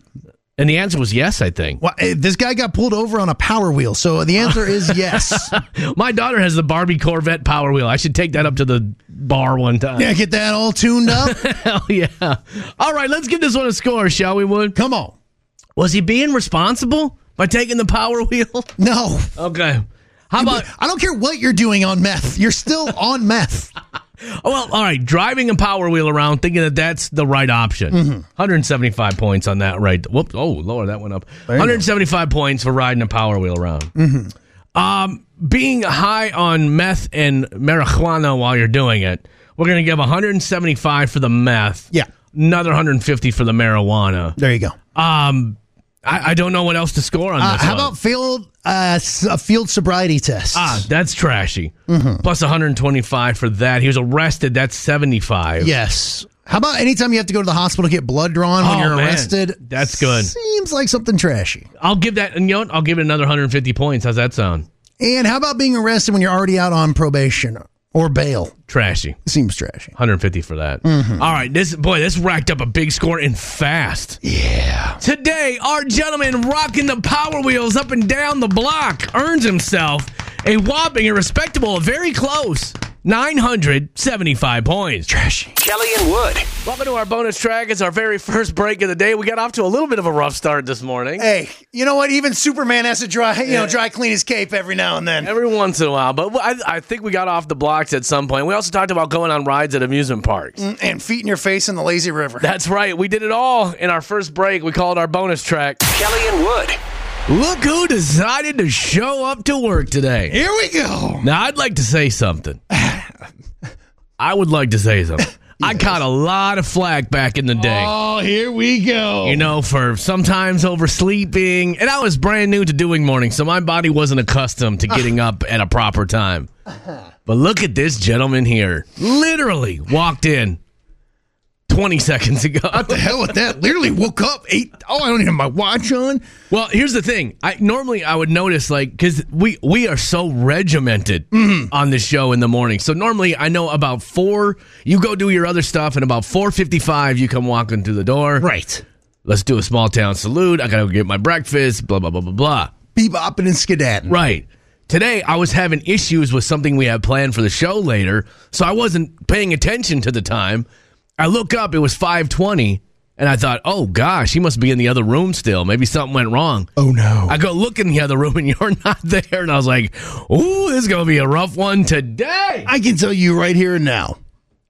[SPEAKER 1] And the answer was yes. I think
[SPEAKER 2] Well, eh, this guy got pulled over on a power wheel, so the answer is yes.
[SPEAKER 1] my daughter has the Barbie Corvette Power Wheel. I should take that up to the bar one time.
[SPEAKER 2] yeah, get that all tuned up.
[SPEAKER 1] Hell yeah! All right, let's give this one a score, shall we? Wood?
[SPEAKER 2] Come on.
[SPEAKER 1] Was he being responsible by taking the power wheel?
[SPEAKER 2] No.
[SPEAKER 1] Okay. How about
[SPEAKER 2] I don't care what you're doing on meth. You're still on meth.
[SPEAKER 1] Oh, well, all right. Driving a power wheel around, thinking that that's the right option.
[SPEAKER 2] Mm-hmm.
[SPEAKER 1] 175 points on that. Right. Whoop. Oh, Lord, that went up. 175 points for riding a power wheel around.
[SPEAKER 2] Mm-hmm.
[SPEAKER 1] Um, being high on meth and marijuana while you're doing it, we're gonna give 175 for the meth.
[SPEAKER 2] Yeah.
[SPEAKER 1] Another 150 for the marijuana.
[SPEAKER 2] There you go.
[SPEAKER 1] Um, I, I don't know what else to score on
[SPEAKER 2] Uh,
[SPEAKER 1] this.
[SPEAKER 2] how
[SPEAKER 1] one.
[SPEAKER 2] about field uh, s- a field sobriety test?
[SPEAKER 1] Ah, that's trashy.
[SPEAKER 2] Mm-hmm.
[SPEAKER 1] Plus 125 for that. He was arrested. That's 75.
[SPEAKER 2] Yes. How about anytime you have to go to the hospital to get blood drawn when
[SPEAKER 1] Oh,
[SPEAKER 2] you're
[SPEAKER 1] man.
[SPEAKER 2] arrested?
[SPEAKER 1] That's good.
[SPEAKER 2] Seems like something trashy.
[SPEAKER 1] I'll give that, and you know, what? I'll give it another 150 points. How's that sound?
[SPEAKER 2] And how about being arrested when you're already out on probation or bail?
[SPEAKER 1] Trashy.
[SPEAKER 2] Seems trashy.
[SPEAKER 1] 150 for that. All right, this boy, this racked up a big score and fast. Yeah. Today, our gentleman rocking the power wheels up and down the block earns himself a whopping, a respectable, very close 975 points. Trashy.
[SPEAKER 5] Kelly and Wood.
[SPEAKER 1] Welcome to our bonus track. It's our very first break of the day. We got off to a little bit of a rough start this morning.
[SPEAKER 2] Hey, you know what? Even Superman has to dry, you know, dry clean his cape every now and then.
[SPEAKER 1] Every once in a while, but I, I think we got off the blocks at some point. We also talked about going on rides at amusement parks.
[SPEAKER 2] And feet in your face in the lazy river.
[SPEAKER 1] That's right. We did it all in our first break. We called our bonus track.
[SPEAKER 5] Kelly and Wood.
[SPEAKER 1] Look who decided to show up to work today.
[SPEAKER 2] Here we go.
[SPEAKER 1] Now, I'd like to say something. I would like to say something. I caught a lot of flack back in the day.
[SPEAKER 2] Oh, here we go.
[SPEAKER 1] you know, for sometimes oversleeping. And I was brand new to doing morning, so my body wasn't accustomed to getting up at a proper time. But look at this gentleman here. Literally walked in 20 seconds ago.
[SPEAKER 2] hell with that. Literally woke up eight. Oh, I don't even have my watch on.
[SPEAKER 1] Well, here's the thing. I normally I would notice like because we we are so regimented on this show in the morning. So normally I know about four. You go do your other stuff, and about four fifty five you come walking through the door.
[SPEAKER 2] Right.
[SPEAKER 1] Let's do a small town salute. I gotta go get my breakfast. Blah blah blah blah blah.
[SPEAKER 2] Bebopping and skedadding.
[SPEAKER 1] Right. Today I was having issues with something we had planned for the show later, so I wasn't paying attention to the time. I look up, it was 5:20, and I thought, "Oh gosh, he must be in the other room still. Maybe something went wrong."
[SPEAKER 2] Oh, no.
[SPEAKER 1] I go look in the other room and you're not there. And I was like, ooh, this is going to be a rough one today.
[SPEAKER 2] I can tell you right here and now.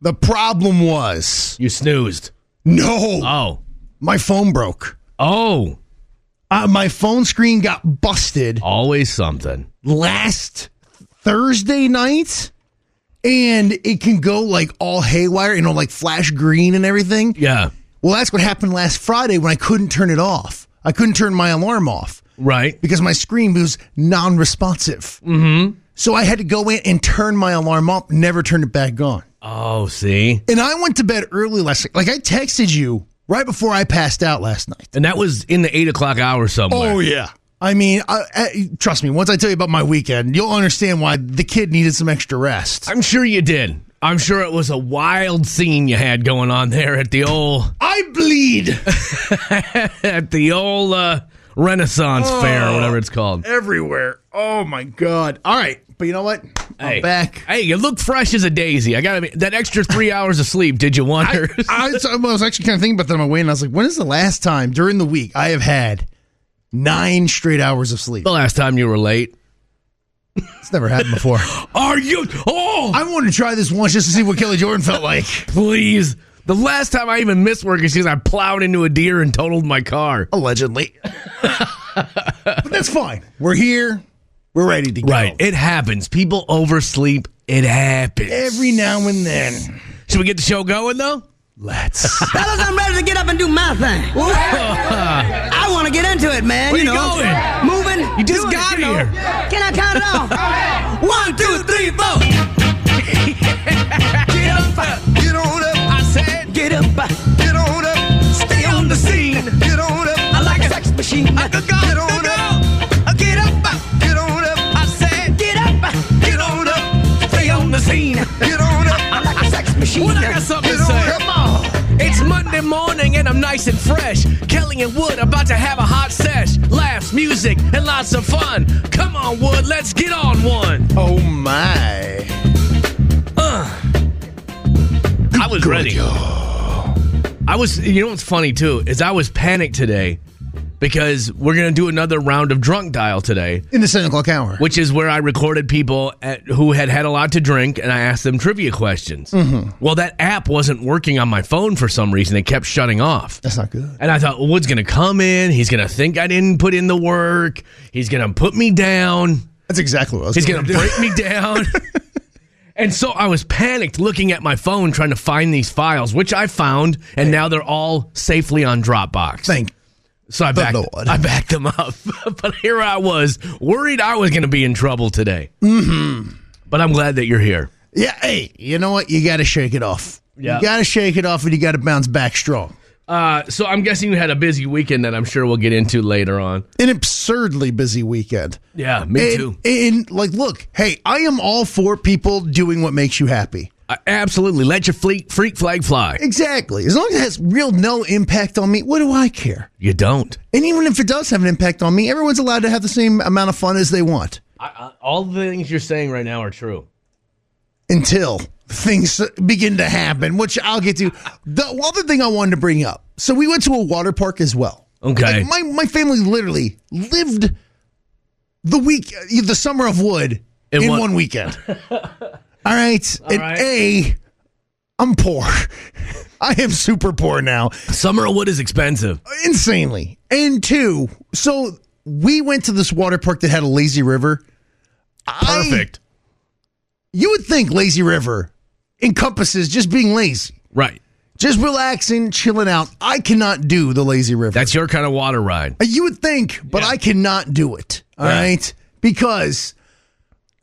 [SPEAKER 2] The problem was
[SPEAKER 1] You snoozed.
[SPEAKER 2] no,
[SPEAKER 1] Oh.
[SPEAKER 2] my phone broke.
[SPEAKER 1] Oh.
[SPEAKER 2] Uh, my phone screen got busted
[SPEAKER 1] Always something.
[SPEAKER 2] last Thursday night, and it can go like all haywire, you know, like flash green and everything.
[SPEAKER 1] Yeah.
[SPEAKER 2] Well, that's what happened last Friday when I couldn't turn it off. I couldn't turn my alarm off
[SPEAKER 1] Right.
[SPEAKER 2] because my screen was non responsive. Mm-hmm. So I had to go in and turn my alarm off, never turn it back on.
[SPEAKER 1] Oh, see?
[SPEAKER 2] And I went to bed early last night. Like I texted you right before I passed out last night.
[SPEAKER 1] And that was in the eight o'clock hour somewhere.
[SPEAKER 2] Oh, yeah. I mean, I, I, trust me. Once I tell you about my weekend, you'll understand why the kid needed some extra rest.
[SPEAKER 1] I'm sure you did. I'm sure it was a wild scene you had going on there at the old
[SPEAKER 2] I bleed
[SPEAKER 1] at the old uh, Renaissance
[SPEAKER 2] Oh.
[SPEAKER 1] Fair or whatever it's called.
[SPEAKER 2] everywhere. Oh my god! All right, but you know what? I'm back.
[SPEAKER 1] Hey, you look fresh as a daisy. I gotta be that extra three hours of sleep. Did you wonder?
[SPEAKER 2] I, so I was actually kind of thinking about that on my way, and I was like, when is the last time during the week I have had nine straight hours of sleep?
[SPEAKER 1] the last time you were late.
[SPEAKER 2] It's never happened before.
[SPEAKER 1] Are you? Oh,
[SPEAKER 2] I want to try this once just to see what Kelly Jordan felt like.
[SPEAKER 1] please. The last time I even missed work is because I plowed into a deer Oh, and totaled my car.
[SPEAKER 2] allegedly. but that's fine. We're here. We're ready to go.
[SPEAKER 1] Right. It happens. People oversleep. It happens.
[SPEAKER 2] Every now and then.
[SPEAKER 1] Should we get the show going though?
[SPEAKER 2] Let's.
[SPEAKER 10] Fellas, I'm ready to get up and do my thing. I want to get into it, man.
[SPEAKER 1] Where
[SPEAKER 10] you
[SPEAKER 1] you
[SPEAKER 10] know,
[SPEAKER 1] going?
[SPEAKER 10] moving.
[SPEAKER 1] You just
[SPEAKER 10] doing it,
[SPEAKER 1] got
[SPEAKER 10] you know.
[SPEAKER 1] here.
[SPEAKER 10] Can I count it off? One, two, three, four. get up, get on up. I said, get up, uh, get on up. Stay on the scene. Get on up. I like a sex machine. get on up. Get up, uh, get on up. I said, get up, uh, get on up. Stay on the scene. Get on up. I like a sex machine.
[SPEAKER 1] Well, I got something to
[SPEAKER 10] Get on
[SPEAKER 1] say.
[SPEAKER 10] up. Come on.
[SPEAKER 1] It's Monday morning and I'm nice and fresh. Kelly and Wood about to have a hot sesh. Laughs, music, and lots of fun. Come on, Wood, let's get on one.
[SPEAKER 2] Oh my.
[SPEAKER 1] I was ready. I was. You know what's funny too is I was panicked today because we're gonna do another round of drunk dial today,
[SPEAKER 2] In the seven o'clock hour.
[SPEAKER 1] which is where I recorded people at, who had had a lot to drink and I asked them trivia questions. Well, that app wasn't working on my phone for some reason; it kept shutting off.
[SPEAKER 2] That's not good.
[SPEAKER 1] And I thought, well, Wood's gonna come in. He's gonna think I didn't put in the work. He's gonna put me down.
[SPEAKER 2] That's exactly what I was
[SPEAKER 1] He's
[SPEAKER 2] gonna
[SPEAKER 1] going to
[SPEAKER 2] do.
[SPEAKER 1] break me down. and so I was panicked looking at my phone trying to find these files, which I found, and now they're all safely on Dropbox.
[SPEAKER 2] Thank
[SPEAKER 1] so I backed,
[SPEAKER 2] Lord.
[SPEAKER 1] I backed them up. but here I was, worried I was going to be in trouble today. Mm-hmm. But I'm glad that you're here.
[SPEAKER 2] Yeah, hey, you know what? You got to shake it off.
[SPEAKER 1] Yeah.
[SPEAKER 2] You got to shake it off and you got to bounce back strong.
[SPEAKER 1] Uh, so I'm guessing you had a busy weekend that I'm sure we'll get into later on.
[SPEAKER 2] An absurdly busy weekend.
[SPEAKER 1] Yeah, me
[SPEAKER 2] and,
[SPEAKER 1] too.
[SPEAKER 2] And, like, look, hey, I am all for people doing what makes you happy.
[SPEAKER 1] I- absolutely. Let your fleet, freak flag fly.
[SPEAKER 2] Exactly. As long as it has real no impact on me, what do I care?
[SPEAKER 1] You don't.
[SPEAKER 2] And even if it does have an impact on me, everyone's allowed to have the same amount of fun as they want
[SPEAKER 1] I, I, all the things you're saying right now are true.
[SPEAKER 2] until things begin to happen, which I'll get to. The other thing I wanted to bring up. So we went to a water park as well.
[SPEAKER 1] Okay.
[SPEAKER 2] Like, my my family literally lived the week uh, the summer of wood
[SPEAKER 1] In
[SPEAKER 2] in,
[SPEAKER 1] one-
[SPEAKER 2] one, weekend. All right. and
[SPEAKER 1] right.
[SPEAKER 2] A I'm poor. I am super poor now.
[SPEAKER 1] Summer of Wood is expensive.
[SPEAKER 2] Insanely. And two, so we went to this water park that had a lazy river. I-
[SPEAKER 1] Perfect.
[SPEAKER 2] you would think lazy river encompasses just being lazy.
[SPEAKER 1] Right.
[SPEAKER 2] Just relaxing, chilling out. I cannot do the lazy river.
[SPEAKER 1] That's your kind of water ride.
[SPEAKER 2] Uh, You would think, but I cannot do it. All right,
[SPEAKER 1] Yeah.
[SPEAKER 2] Because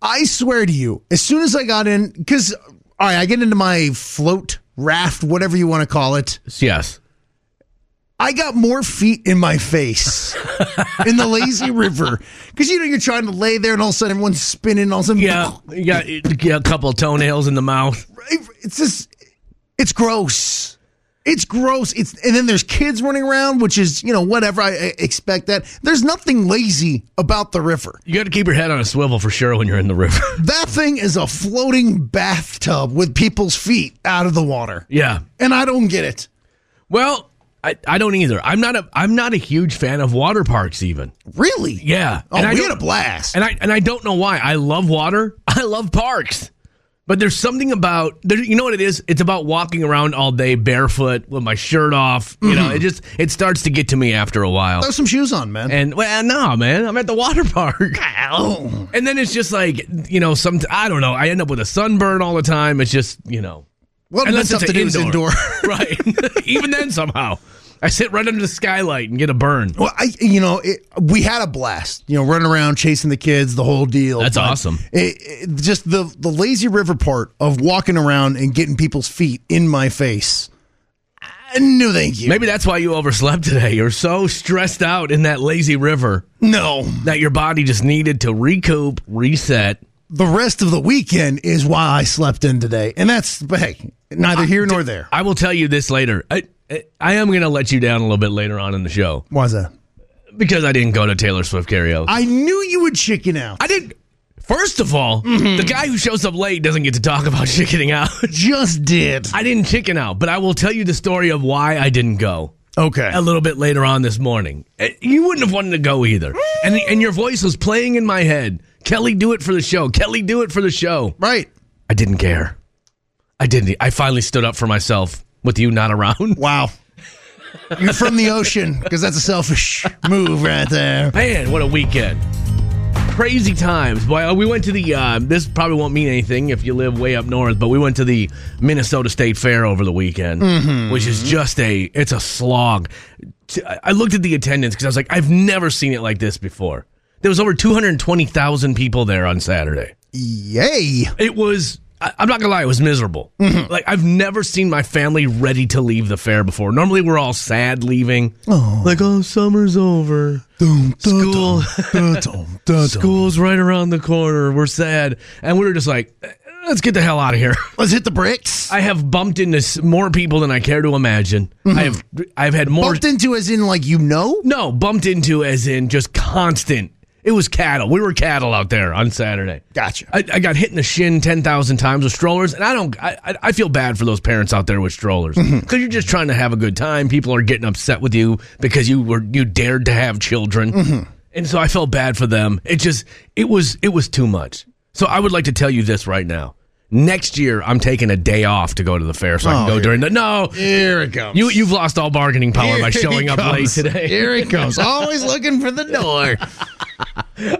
[SPEAKER 2] I swear to you, as soon as I got in, because, all right, I get into my float, raft, whatever you want to call it.
[SPEAKER 1] Yes.
[SPEAKER 2] I got more feet in my face in the lazy river. Because, you know, you're trying to lay there and all of a sudden everyone's spinning and all of a sudden,
[SPEAKER 1] Yeah. You got, you got a couple of toenails in the mouth.
[SPEAKER 2] it's just, it's gross. It's gross. It's and then there's kids running around, which is you know whatever I I expect that. There's nothing lazy about the river.
[SPEAKER 1] You got to keep your head on a swivel for sure when you're in the river.
[SPEAKER 2] That thing is a floating bathtub with people's feet out of the water.
[SPEAKER 1] yeah.
[SPEAKER 2] And I don't get it.
[SPEAKER 1] Well, I, I don't either. I'm not a I'm not a huge fan of water parks even.
[SPEAKER 2] Really?
[SPEAKER 1] Yeah.
[SPEAKER 2] Oh,
[SPEAKER 1] And I
[SPEAKER 2] we
[SPEAKER 1] don't-
[SPEAKER 2] had a blast.
[SPEAKER 1] And I and I don't know why. I love water. I love parks. But there's something about there, you know what it is? It's about walking around all day barefoot with my shirt off. You
[SPEAKER 2] Mm-hmm.
[SPEAKER 1] know, it just it starts to get to me after a while.
[SPEAKER 2] Throw some shoes on, man.
[SPEAKER 1] And well, no, man, I'm at the water park. And then it's just like you know, some I don't know. I end up with a sunburn all the time. It's just you know,
[SPEAKER 2] well,
[SPEAKER 1] unless
[SPEAKER 2] that's up
[SPEAKER 1] it's
[SPEAKER 2] to do is
[SPEAKER 1] indoor.
[SPEAKER 2] indoor.
[SPEAKER 1] right? Even then, somehow I sit right under the skylight and get a burn.
[SPEAKER 2] Well, I, you know, it, we had a blast. You know, running around chasing the kids, the whole deal.
[SPEAKER 1] That's
[SPEAKER 2] But
[SPEAKER 1] awesome.
[SPEAKER 2] It, it- just the the lazy river part of walking around and getting people's feet in my face. I, no, thank you.
[SPEAKER 1] Maybe that's why you overslept today. You're so stressed out in that lazy river
[SPEAKER 2] No,
[SPEAKER 1] that your body just needed to recoup, reset.
[SPEAKER 2] the rest of the weekend is why I slept in today, and that's but hey, neither here nor there.
[SPEAKER 1] I will tell you this later. I, I- I am going to let you down a little bit later on in the show
[SPEAKER 2] Why's that?
[SPEAKER 1] because I didn't go to Taylor Swift karaoke.
[SPEAKER 2] I knew you would chicken out.
[SPEAKER 1] I didn't. First of all, the guy who shows up late doesn't get to talk about chickening out.
[SPEAKER 2] just did.
[SPEAKER 1] I didn't chicken out, but I will tell you the story of why I didn't go
[SPEAKER 2] Okay.
[SPEAKER 1] a little bit later on this morning. Eh, You wouldn't have wanted to go either. And, and your voice was playing in my head. Kelly, do it for the show. Kelly, do it for the show.
[SPEAKER 2] Right.
[SPEAKER 1] I didn't care. I didn't. I finally stood up for myself with you not around.
[SPEAKER 2] Wow. You're from the ocean because that's a selfish move right there.
[SPEAKER 1] Man, what a weekend. crazy times. Boy, we went to the. Uh, this probably won't mean anything if you live way up north, but we went to the Minnesota State Fair over the weekend,
[SPEAKER 11] Mhm.
[SPEAKER 1] which is just a. It's a slog. T- I- I looked at the attendance because I was like, I've never seen it like this before. There was over two hundred twenty thousand people there on Saturday.
[SPEAKER 2] Yay!
[SPEAKER 1] It was. I- I'm not gonna lie, it was miserable. Like I've never seen my family ready to leave the fair before. Normally we're all sad leaving.
[SPEAKER 2] Oh.
[SPEAKER 1] Like oh, summer's over. School. School's right around the corner. We're sad, and we were just like, let's get the hell out of here.
[SPEAKER 2] Let's hit the bricks.
[SPEAKER 1] I have bumped into s- more people than I care to imagine. I have. I've had more
[SPEAKER 2] Bumped into as in like you know?
[SPEAKER 1] No, bumped into as in just constant. It was cattle. We were cattle out there on Saturday.
[SPEAKER 2] Gotcha.
[SPEAKER 1] I, I got hit in the shin ten thousand times with strollers, and I don't. I, I- I feel bad for those parents out there with strollers
[SPEAKER 2] Mm-hmm.
[SPEAKER 1] because you're just trying to have a good time. People are getting upset with you because you were you dared to have children,
[SPEAKER 2] Mm-hmm.
[SPEAKER 1] and so I felt bad for them. It just it was it was too much. So I would like to tell you this right now. Next year, I'm taking a day off to go to the fair, so I
[SPEAKER 2] Oh,
[SPEAKER 1] can go
[SPEAKER 2] here-
[SPEAKER 1] during the no.
[SPEAKER 2] Here it comes.
[SPEAKER 1] You you've lost all bargaining power by
[SPEAKER 2] Here
[SPEAKER 1] Oh, showing
[SPEAKER 2] he
[SPEAKER 1] up late
[SPEAKER 2] comes.
[SPEAKER 1] today.
[SPEAKER 2] Here it comes. Always looking for the door.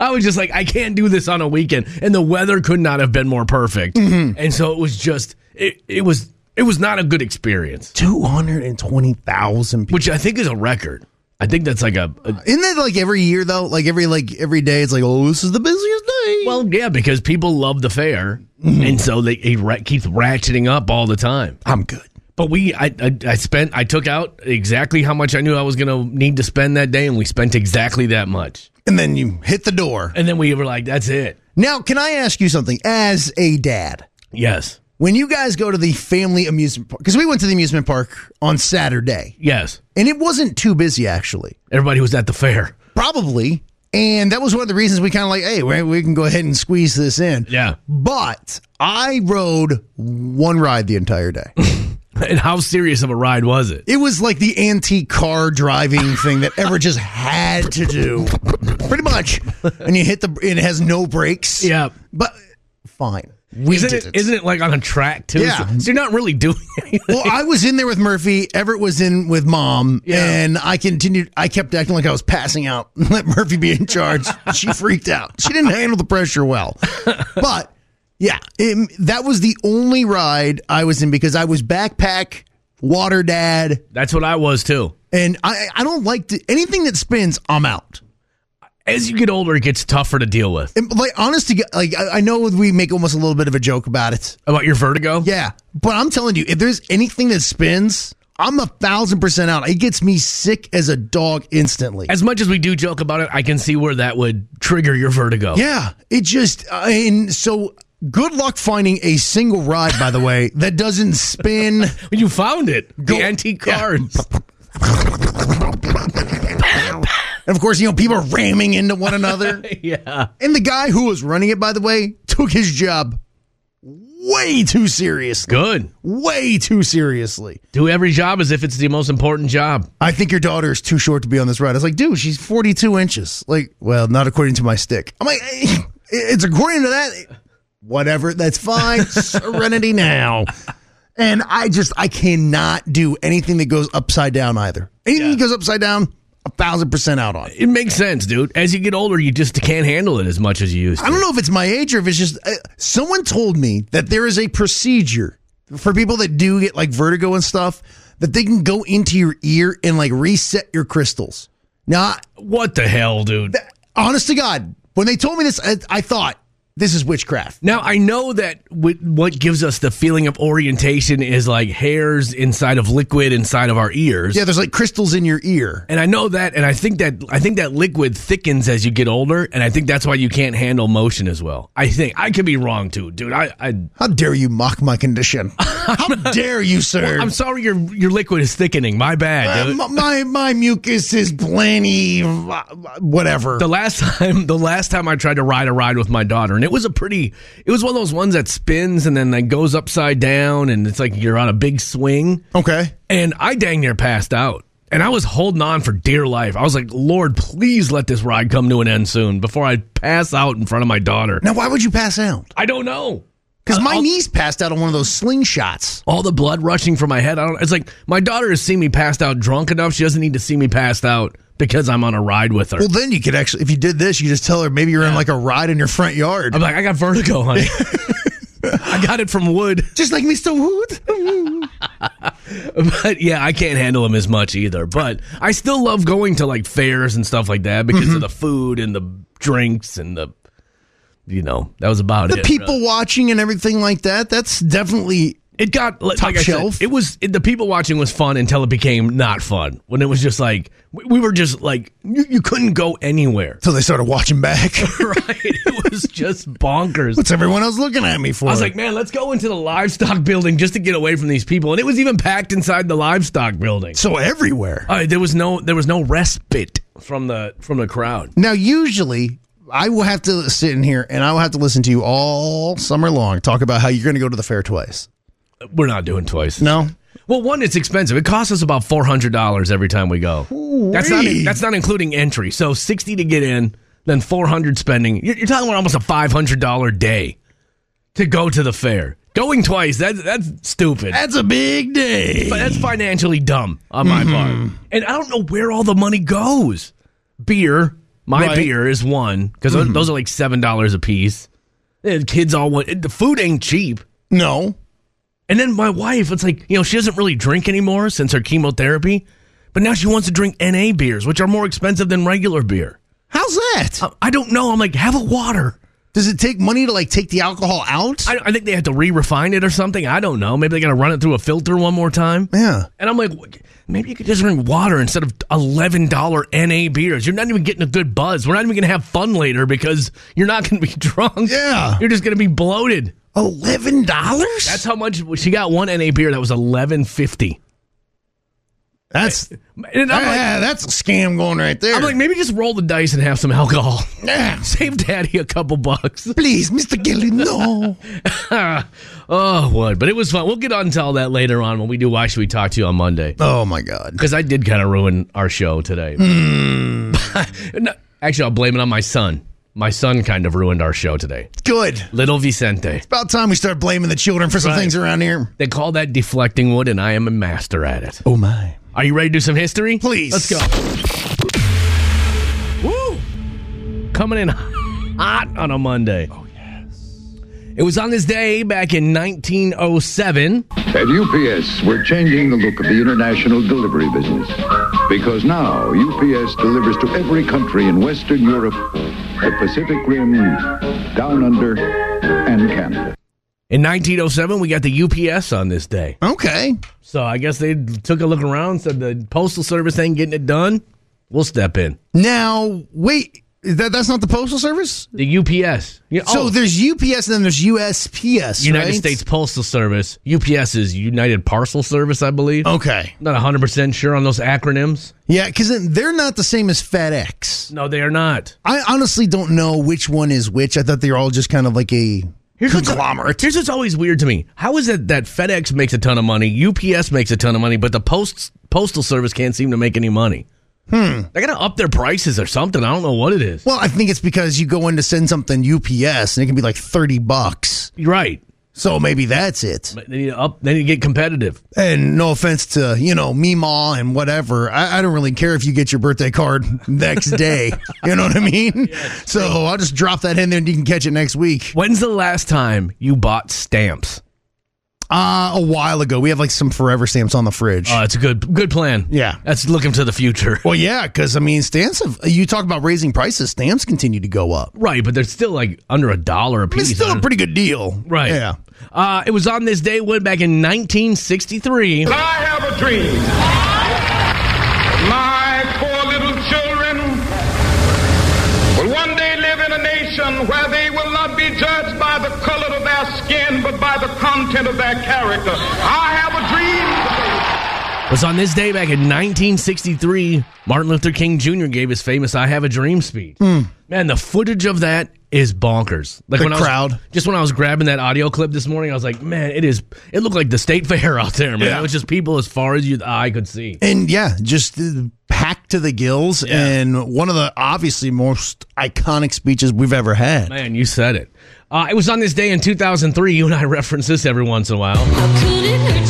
[SPEAKER 1] I was just like, I can't do this on a weekend, and the weather could not have been more perfect. And so it was just, it, it was, it was not a good experience,
[SPEAKER 2] 220,000 people.
[SPEAKER 1] which I think is a record. I think that's like a, a-
[SPEAKER 2] Isn't that like every year though? Like every like every day it's like, "Oh, this is the busiest day."
[SPEAKER 1] well, yeah, because people love the fair, and so they it ra- keeps ratcheting up all the time.
[SPEAKER 2] I'm good.
[SPEAKER 1] But we, I, I, I spent, I took out exactly how much I knew I was going to need to spend that day, and we spent exactly that much.
[SPEAKER 2] And then you hit the door.
[SPEAKER 1] And then we were like, that's it.
[SPEAKER 2] Now, can I ask you something as a dad?
[SPEAKER 1] Yes,
[SPEAKER 2] When you guys go to the family amusement park, because we went to the amusement park on Saturday,
[SPEAKER 1] yes.
[SPEAKER 2] and it wasn't too busy actually.
[SPEAKER 1] Everybody was at the fair.
[SPEAKER 2] Probably. And that was one of the reasons we kind of like, hey, we we can go ahead and squeeze this in.
[SPEAKER 1] Yeah.
[SPEAKER 2] But I rode one ride the entire day.
[SPEAKER 1] And how serious of a ride was it?
[SPEAKER 2] It was like the antique car driving thing that ever just had to do, pretty much. And you hit the, it has no brakes.
[SPEAKER 1] Yeah.
[SPEAKER 2] But fine. We
[SPEAKER 1] isn't
[SPEAKER 2] did
[SPEAKER 1] it, isn't it like on a track too?
[SPEAKER 2] Yeah.
[SPEAKER 1] So, so you're not really doing anything.
[SPEAKER 2] well, I was in there with Murphy. Everett was in with mom,
[SPEAKER 1] Yeah.
[SPEAKER 2] and I continued. I kept acting like I was passing out. Let Murphy be in charge. she freaked out. She didn't handle the pressure well. But yeah, it, that was the only ride I was in because I was backpack, water dad,
[SPEAKER 1] That's what I was too.
[SPEAKER 2] and I I don't like to, anything that spins. I'm out.
[SPEAKER 1] As you get older, it gets tougher to deal with.
[SPEAKER 2] And like honest to God, like I, I know we make almost a little bit of a joke about it.
[SPEAKER 1] About your vertigo?
[SPEAKER 2] Yeah, but I'm telling you, if there's anything that spins, I'm a thousand percent out. It gets me sick as a dog instantly.
[SPEAKER 1] As much as we do joke about it, I can see where that would trigger your vertigo.
[SPEAKER 2] yeah, it just I mean, so good luck finding a single ride, by the way, that doesn't spin.
[SPEAKER 1] When you found it,
[SPEAKER 2] Go-
[SPEAKER 1] the antique cards.
[SPEAKER 2] And of course, you know people are ramming into one another.
[SPEAKER 1] Yeah.
[SPEAKER 2] And the guy who was running it, by the way, took his job way too seriously.
[SPEAKER 1] Good.
[SPEAKER 2] Way too seriously.
[SPEAKER 1] Do every job as if it's the most important job.
[SPEAKER 2] I think your daughter is too short to be on this ride. I was like, dude, she's 42 inches. Like, well, not according to my stick. I'm like, "Eh, it's according to that. Whatever, that's fine. Serenity now. And I just, I cannot do anything that goes upside down either. Anything that goes upside down, a thousand percent out on.
[SPEAKER 1] It makes sense, dude. As you get older, you just can't handle it as much as you used to.
[SPEAKER 2] I don't know if it's my age or if it's just, uh, someone told me that there is a procedure for people that do get like vertigo and stuff that they can go into your ear and like reset your crystals. Now,
[SPEAKER 1] What the hell, dude?
[SPEAKER 2] honest to God, when they told me this, I, I thought this is witchcraft.
[SPEAKER 1] Now I know that wi- what gives us the feeling of orientation is like hairs inside of liquid inside of our ears.
[SPEAKER 2] Yeah, there's like crystals in your ear.
[SPEAKER 1] And I know that, and I think that I think that liquid thickens as you get older, and I think that's why you can't handle motion as well. I think I could be wrong too, dude. I, I
[SPEAKER 2] How dare you mock my condition? How dare you, sir?
[SPEAKER 1] I'm sorry your your liquid is thickening. My bad.
[SPEAKER 2] Uh,
[SPEAKER 1] Dude.
[SPEAKER 2] my, my my mucus is plenty, uh, whatever.
[SPEAKER 1] The last time the last time I tried to ride a ride with my daughter, and it was a pretty it was one of those ones that spins and then like goes upside down, and it's like you're on a big swing.
[SPEAKER 2] Okay,
[SPEAKER 1] and I dang near passed out. And I was holding on for dear life. I was like, Lord, please let this ride come to an end soon before I pass out in front of my daughter.
[SPEAKER 2] now why would you pass out?
[SPEAKER 1] I don't know.
[SPEAKER 2] Because my
[SPEAKER 1] I'll-
[SPEAKER 2] niece passed out on one of those slingshots.
[SPEAKER 1] All the blood rushing from my head. I don't it's like my daughter has seen me passed out drunk enough. She doesn't need to see me passed out because I'm on a ride with her.
[SPEAKER 2] Well, then you could actually, if you did this, you just tell her maybe you're in like a ride in your front yard.
[SPEAKER 1] I'm like, I got vertigo, honey. I got it from Wood.
[SPEAKER 2] Just like Mr. Wood.
[SPEAKER 1] but yeah, I can't handle them as much either. But I still love going to like fairs and stuff like that because
[SPEAKER 2] Mm-hmm.
[SPEAKER 1] of the food and the drinks and the, you know, that was about
[SPEAKER 2] the
[SPEAKER 1] it.
[SPEAKER 2] people
[SPEAKER 1] really.
[SPEAKER 2] watching and everything like that, that's definitely
[SPEAKER 1] It got like,
[SPEAKER 2] Top
[SPEAKER 1] like I said,
[SPEAKER 2] shelf.
[SPEAKER 1] it was it, the people watching was fun until it became not fun when it was just like we, we were just like you, you couldn't go anywhere.
[SPEAKER 2] until they started watching back.
[SPEAKER 1] right? It was just bonkers.
[SPEAKER 2] What's everyone else looking at me for?
[SPEAKER 1] I was like, man, let's go into the livestock building just to get away from these people. And it was even packed inside the livestock building.
[SPEAKER 2] so everywhere.
[SPEAKER 1] All right, there was no there was no respite from the from the crowd.
[SPEAKER 2] Now, usually I will have to sit in here and I will have to listen to you all summer long talk about how you're going to go to the fair twice.
[SPEAKER 1] We're not doing twice.
[SPEAKER 2] No?
[SPEAKER 1] Well, one, it's expensive. It costs us about four hundred dollars every time we go. That's not
[SPEAKER 2] Ooh-wee.
[SPEAKER 1] that's not including entry. So sixty to get in, then four hundred spending. You're, you're talking about almost a five hundred dollar day to go to the fair. Going twice that that's stupid.
[SPEAKER 2] That's a big day.
[SPEAKER 1] But that's financially dumb on my part. And I don't know where all the money goes. Beer, my
[SPEAKER 2] Right.
[SPEAKER 1] beer is one because those are like seven dollars a piece. And kids all want the food ain't cheap.
[SPEAKER 2] No.
[SPEAKER 1] And then my wife, it's like you know she doesn't really drink anymore since her chemotherapy, but now she wants to drink NA beers, which are more expensive than regular beer.
[SPEAKER 2] How's that?
[SPEAKER 1] I- I don't know. I'm like, have a water.
[SPEAKER 2] Does it take money to like take the alcohol out?
[SPEAKER 1] I, I think they had to re-refine it or something. I don't know. Maybe they got to run it through a filter one more time.
[SPEAKER 2] yeah.
[SPEAKER 1] And I'm like, "What- maybe you could just drink water instead of eleven dollar NA beers. You're not even getting a good buzz. We're not even gonna have fun later because you're not gonna be drunk.
[SPEAKER 2] Yeah.
[SPEAKER 1] you're just gonna be bloated.
[SPEAKER 2] Eleven dollars?
[SPEAKER 1] That's how much she got one NA beer that was eleven fifty.
[SPEAKER 2] That's
[SPEAKER 1] And I'm like,
[SPEAKER 2] yeah, that's a scam going right there.
[SPEAKER 1] I'm like, maybe just roll the dice and have some alcohol.
[SPEAKER 2] Yeah.
[SPEAKER 1] Save Daddy a couple bucks.
[SPEAKER 2] please, Mr. Gilly, no.
[SPEAKER 1] oh, what? But it was fun. We'll get on to all that later on when we do. Why should we talk to you on Monday?
[SPEAKER 2] oh my god.
[SPEAKER 1] because I did kind of ruin our show today. Hmm. No, actually, I'll blame it on my son. My son kind of ruined our show today.
[SPEAKER 2] Good.
[SPEAKER 1] Little Vicente.
[SPEAKER 2] About time we start blaming the children for some
[SPEAKER 1] Right.
[SPEAKER 2] things around here.
[SPEAKER 1] They call that deflecting wood, and I am a master at it.
[SPEAKER 2] Oh my.
[SPEAKER 1] Are you ready to do some history?
[SPEAKER 2] Please.
[SPEAKER 1] Let's go. Woo! Coming in hot on a Monday. Oh, yes. It was on this day back in 1907.
[SPEAKER 11] At UPS, we're changing the look of the international delivery business. Because now, UPS delivers to every country in Western Europe, the Pacific Rim, Down Under, and Canada.
[SPEAKER 1] In 1907, we got the UPS on this day.
[SPEAKER 2] Okay.
[SPEAKER 1] So I guess they took a look around, said the postal service ain't getting it done. We'll step in.
[SPEAKER 2] Now wait, is that that's not the postal service.
[SPEAKER 1] The UPS. Yeah,
[SPEAKER 2] So
[SPEAKER 1] oh,
[SPEAKER 2] there's UPS and then there's USPS.
[SPEAKER 1] United
[SPEAKER 2] right?
[SPEAKER 1] States Postal Service. UPS is United Parcel Service, I believe.
[SPEAKER 2] Okay.
[SPEAKER 1] Not 100% sure on those acronyms.
[SPEAKER 2] Yeah, because they're not the same as FedEx.
[SPEAKER 1] No, they are not.
[SPEAKER 2] I honestly don't know which one is which. I thought they were all just kind of like a
[SPEAKER 1] what's-
[SPEAKER 2] conglomerate.
[SPEAKER 1] Here's what's always weird to me. How is it that FedEx makes a ton of money, UPS makes a ton of money, but the post, Postal Service can't seem to make any money? Hmm. They got to up their prices or something. I don't know what it is.
[SPEAKER 2] Well, I think it's because you go in to send something UPS and it can be like 30 bucks.
[SPEAKER 1] You're right.
[SPEAKER 2] So maybe that's it.
[SPEAKER 1] But they need to up. They need to get competitive.
[SPEAKER 2] And no offense to, you know, Meemaw and whatever. I, I don't really care if you get your birthday card next day. you know what I mean? so I'll just drop that in there and you can catch it next week.
[SPEAKER 1] When's the last time you bought stamps?
[SPEAKER 2] Uh, a while ago, we have like some forever stamps on the fridge.
[SPEAKER 1] Oh, it's a good good plan.
[SPEAKER 2] Yeah.
[SPEAKER 1] That's looking to the future.
[SPEAKER 2] well, yeah, because I mean, stamps have, you talk about raising prices, stamps continue to go up.
[SPEAKER 1] Right, but they're still like under a dollar a
[SPEAKER 2] It's
[SPEAKER 1] piece.
[SPEAKER 2] still a
[SPEAKER 1] aren't-
[SPEAKER 2] pretty good deal.
[SPEAKER 1] right.
[SPEAKER 2] Yeah.
[SPEAKER 1] Uh, it was on this day, Wood, back in 1963.
[SPEAKER 12] I have a dream. My poor little children will one day live in a nation where they will not be judged by the color of their skin, but by the content of their character. I have a dream.
[SPEAKER 1] It was on this day, back in 1963, Martin Luther King Jr. gave his famous I Have a Dream speech. Man, the footage of that is bonkers. Like
[SPEAKER 2] Hmm. The
[SPEAKER 1] when I was-
[SPEAKER 2] crowd.
[SPEAKER 1] just when I was grabbing that audio clip this morning, I was like, man, it is, it looked like the state fair out there, man.
[SPEAKER 2] Yeah.
[SPEAKER 1] It was just people as far as you, the eye could see.
[SPEAKER 2] And yeah, just uh, packed to the gills. And one of the obviously most iconic speeches we've ever had.
[SPEAKER 1] Man, you said it. Uh, it was on this day in 2003. You and I reference this every once in a while. Britney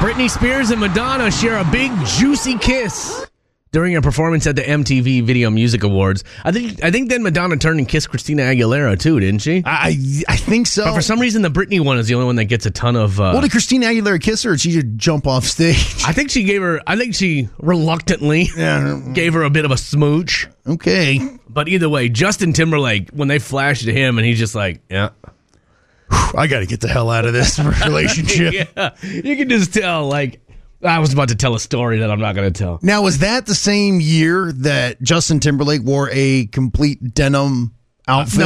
[SPEAKER 1] Britney Spears and Madonna share a big juicy kiss during a performance at the MTV Video Music Awards. I think I think then Madonna turned and kissed Christina Aguilera too, didn't she?
[SPEAKER 2] I I think so.
[SPEAKER 1] But for some reason, the Britney one is the only one that gets a ton of. Uh,
[SPEAKER 2] well, did Christina Aguilera kiss her, or did she just jump off stage?
[SPEAKER 1] I think she gave her. I think she reluctantly gave her a bit of a smooch.
[SPEAKER 2] Okay.
[SPEAKER 1] But either way, Justin Timberlake when they flashed to him and he's just like, yeah.
[SPEAKER 2] I got to get the hell out of this relationship.
[SPEAKER 1] yeah, you can just tell. Like, I was about to tell a story that I'm not going to tell.
[SPEAKER 2] Now, was that the same year that Justin Timberlake wore a complete denim outfit?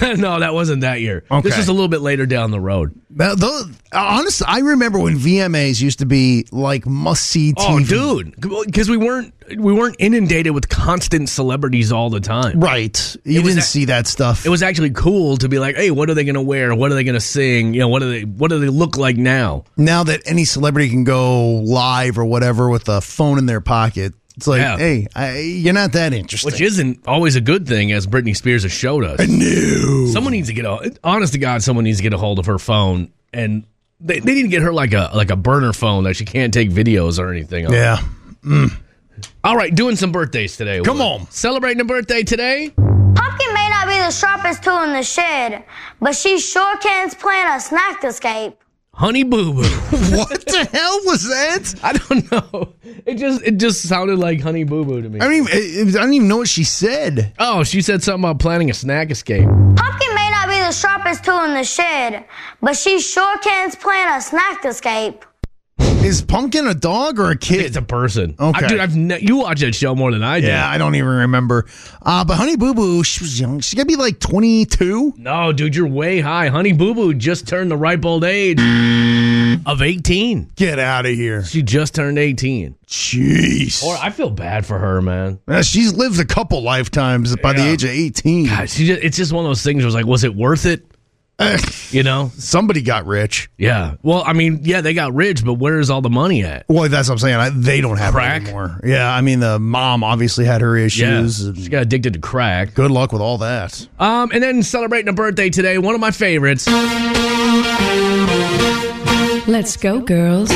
[SPEAKER 1] No, no, that wasn't that year.
[SPEAKER 2] Okay.
[SPEAKER 1] This was a little bit later down the road.
[SPEAKER 2] Now, though, honestly, I remember when VMAs used to be like must see TV.
[SPEAKER 1] Oh, dude, because we weren't we weren't inundated with constant celebrities all the time.
[SPEAKER 2] Right. You
[SPEAKER 1] It was
[SPEAKER 2] didn't
[SPEAKER 1] a-
[SPEAKER 2] see that stuff.
[SPEAKER 1] It was actually cool to be like, hey, what are they going to wear? What are they going to sing? You know, what do they what do they look like now?
[SPEAKER 2] now that any celebrity can go live or whatever with a phone in their pocket, it's like,
[SPEAKER 1] Yeah.
[SPEAKER 2] hey, I, you're not that interesting.
[SPEAKER 1] Which isn't always a good thing, as Britney Spears has showed us.
[SPEAKER 2] No.
[SPEAKER 1] Someone needs to get a honest to God. Someone needs to get a hold of her phone, and they, they need to get her like a like a burner phone that she can't take videos or anything. on.
[SPEAKER 2] Yeah.
[SPEAKER 1] All right, doing some birthdays today.
[SPEAKER 2] Come
[SPEAKER 1] Wood.
[SPEAKER 2] on.
[SPEAKER 1] Celebrating a birthday today?
[SPEAKER 13] Pumpkin may not be the sharpest tool in the shed, but she sure can plan a snack escape.
[SPEAKER 1] Honey Boo Boo.
[SPEAKER 2] what the hell was that?
[SPEAKER 1] I don't know. It just it just sounded like Honey Boo Boo to me.
[SPEAKER 2] I don't even. It, it was- I don't even know what she said.
[SPEAKER 1] Oh, she said something about planning a snack escape.
[SPEAKER 13] Pumpkin may not be the sharpest tool in the shed, but she sure can plan a snack escape.
[SPEAKER 2] Is Pumpkin a dog or a
[SPEAKER 1] Oh. It's
[SPEAKER 2] kid?
[SPEAKER 1] a person.
[SPEAKER 2] Okay.
[SPEAKER 1] I, dude, I've ne- you watch that show more than I do.
[SPEAKER 2] yeah, I don't even remember. Uh, but Honey Boo Boo, she was young. She got to be like 22.
[SPEAKER 1] No, dude, you're way high. Honey Boo Boo just turned the ripe old age of 18.
[SPEAKER 2] Get out of here.
[SPEAKER 1] She just turned 18.
[SPEAKER 2] Jeez.
[SPEAKER 1] Or I feel bad for her, man.
[SPEAKER 2] Uh, she's lived a couple lifetimes by the age of 18.
[SPEAKER 1] God, she just, it's just one of those things. Where it's like, was it worth it?
[SPEAKER 2] Eh,
[SPEAKER 1] You know?
[SPEAKER 2] somebody got rich.
[SPEAKER 1] Yeah. Well, I mean, yeah, they got rich, but where's all the money at?
[SPEAKER 2] Well, that's what I'm saying. I, they don't have
[SPEAKER 1] Crack?
[SPEAKER 2] it anymore. Yeah, I mean, the mom obviously had her issues.
[SPEAKER 1] Yeah,
[SPEAKER 2] and
[SPEAKER 1] she got addicted to crack.
[SPEAKER 2] Good luck with all that.
[SPEAKER 1] Um, and then celebrating a birthday today, one of my favorites.
[SPEAKER 14] Let's go, girls.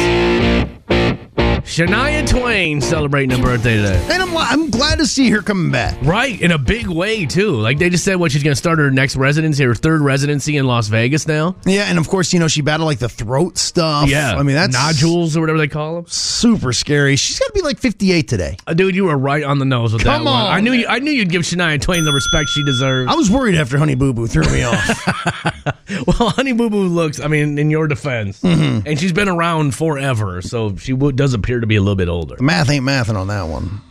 [SPEAKER 1] Shania Twain celebrating a birthday today.
[SPEAKER 2] And I'm, I'm glad to see her coming back.
[SPEAKER 1] Right, in a big way too. Like they just said what she's gonna start her next residency, her third residency in Las Vegas now.
[SPEAKER 2] Yeah, and of course, you know, she battled like the throat stuff.
[SPEAKER 1] Yeah.
[SPEAKER 2] I mean, that's
[SPEAKER 1] nodules or whatever they call them.
[SPEAKER 2] super scary. She's got to be like 58 today.
[SPEAKER 1] Uh, Dude, you were right on the nose with
[SPEAKER 2] Come
[SPEAKER 1] that one.
[SPEAKER 2] on,
[SPEAKER 1] I knew you, I knew you'd give Shania Twain the respect she deserves.
[SPEAKER 2] I was worried after Honey Boo Boo threw me off.
[SPEAKER 1] well, Honey Boo Boo looks, I mean, in your defense, and she's been around forever, so she w- does appear to be a little bit older.
[SPEAKER 2] Math ain't mathing on that one.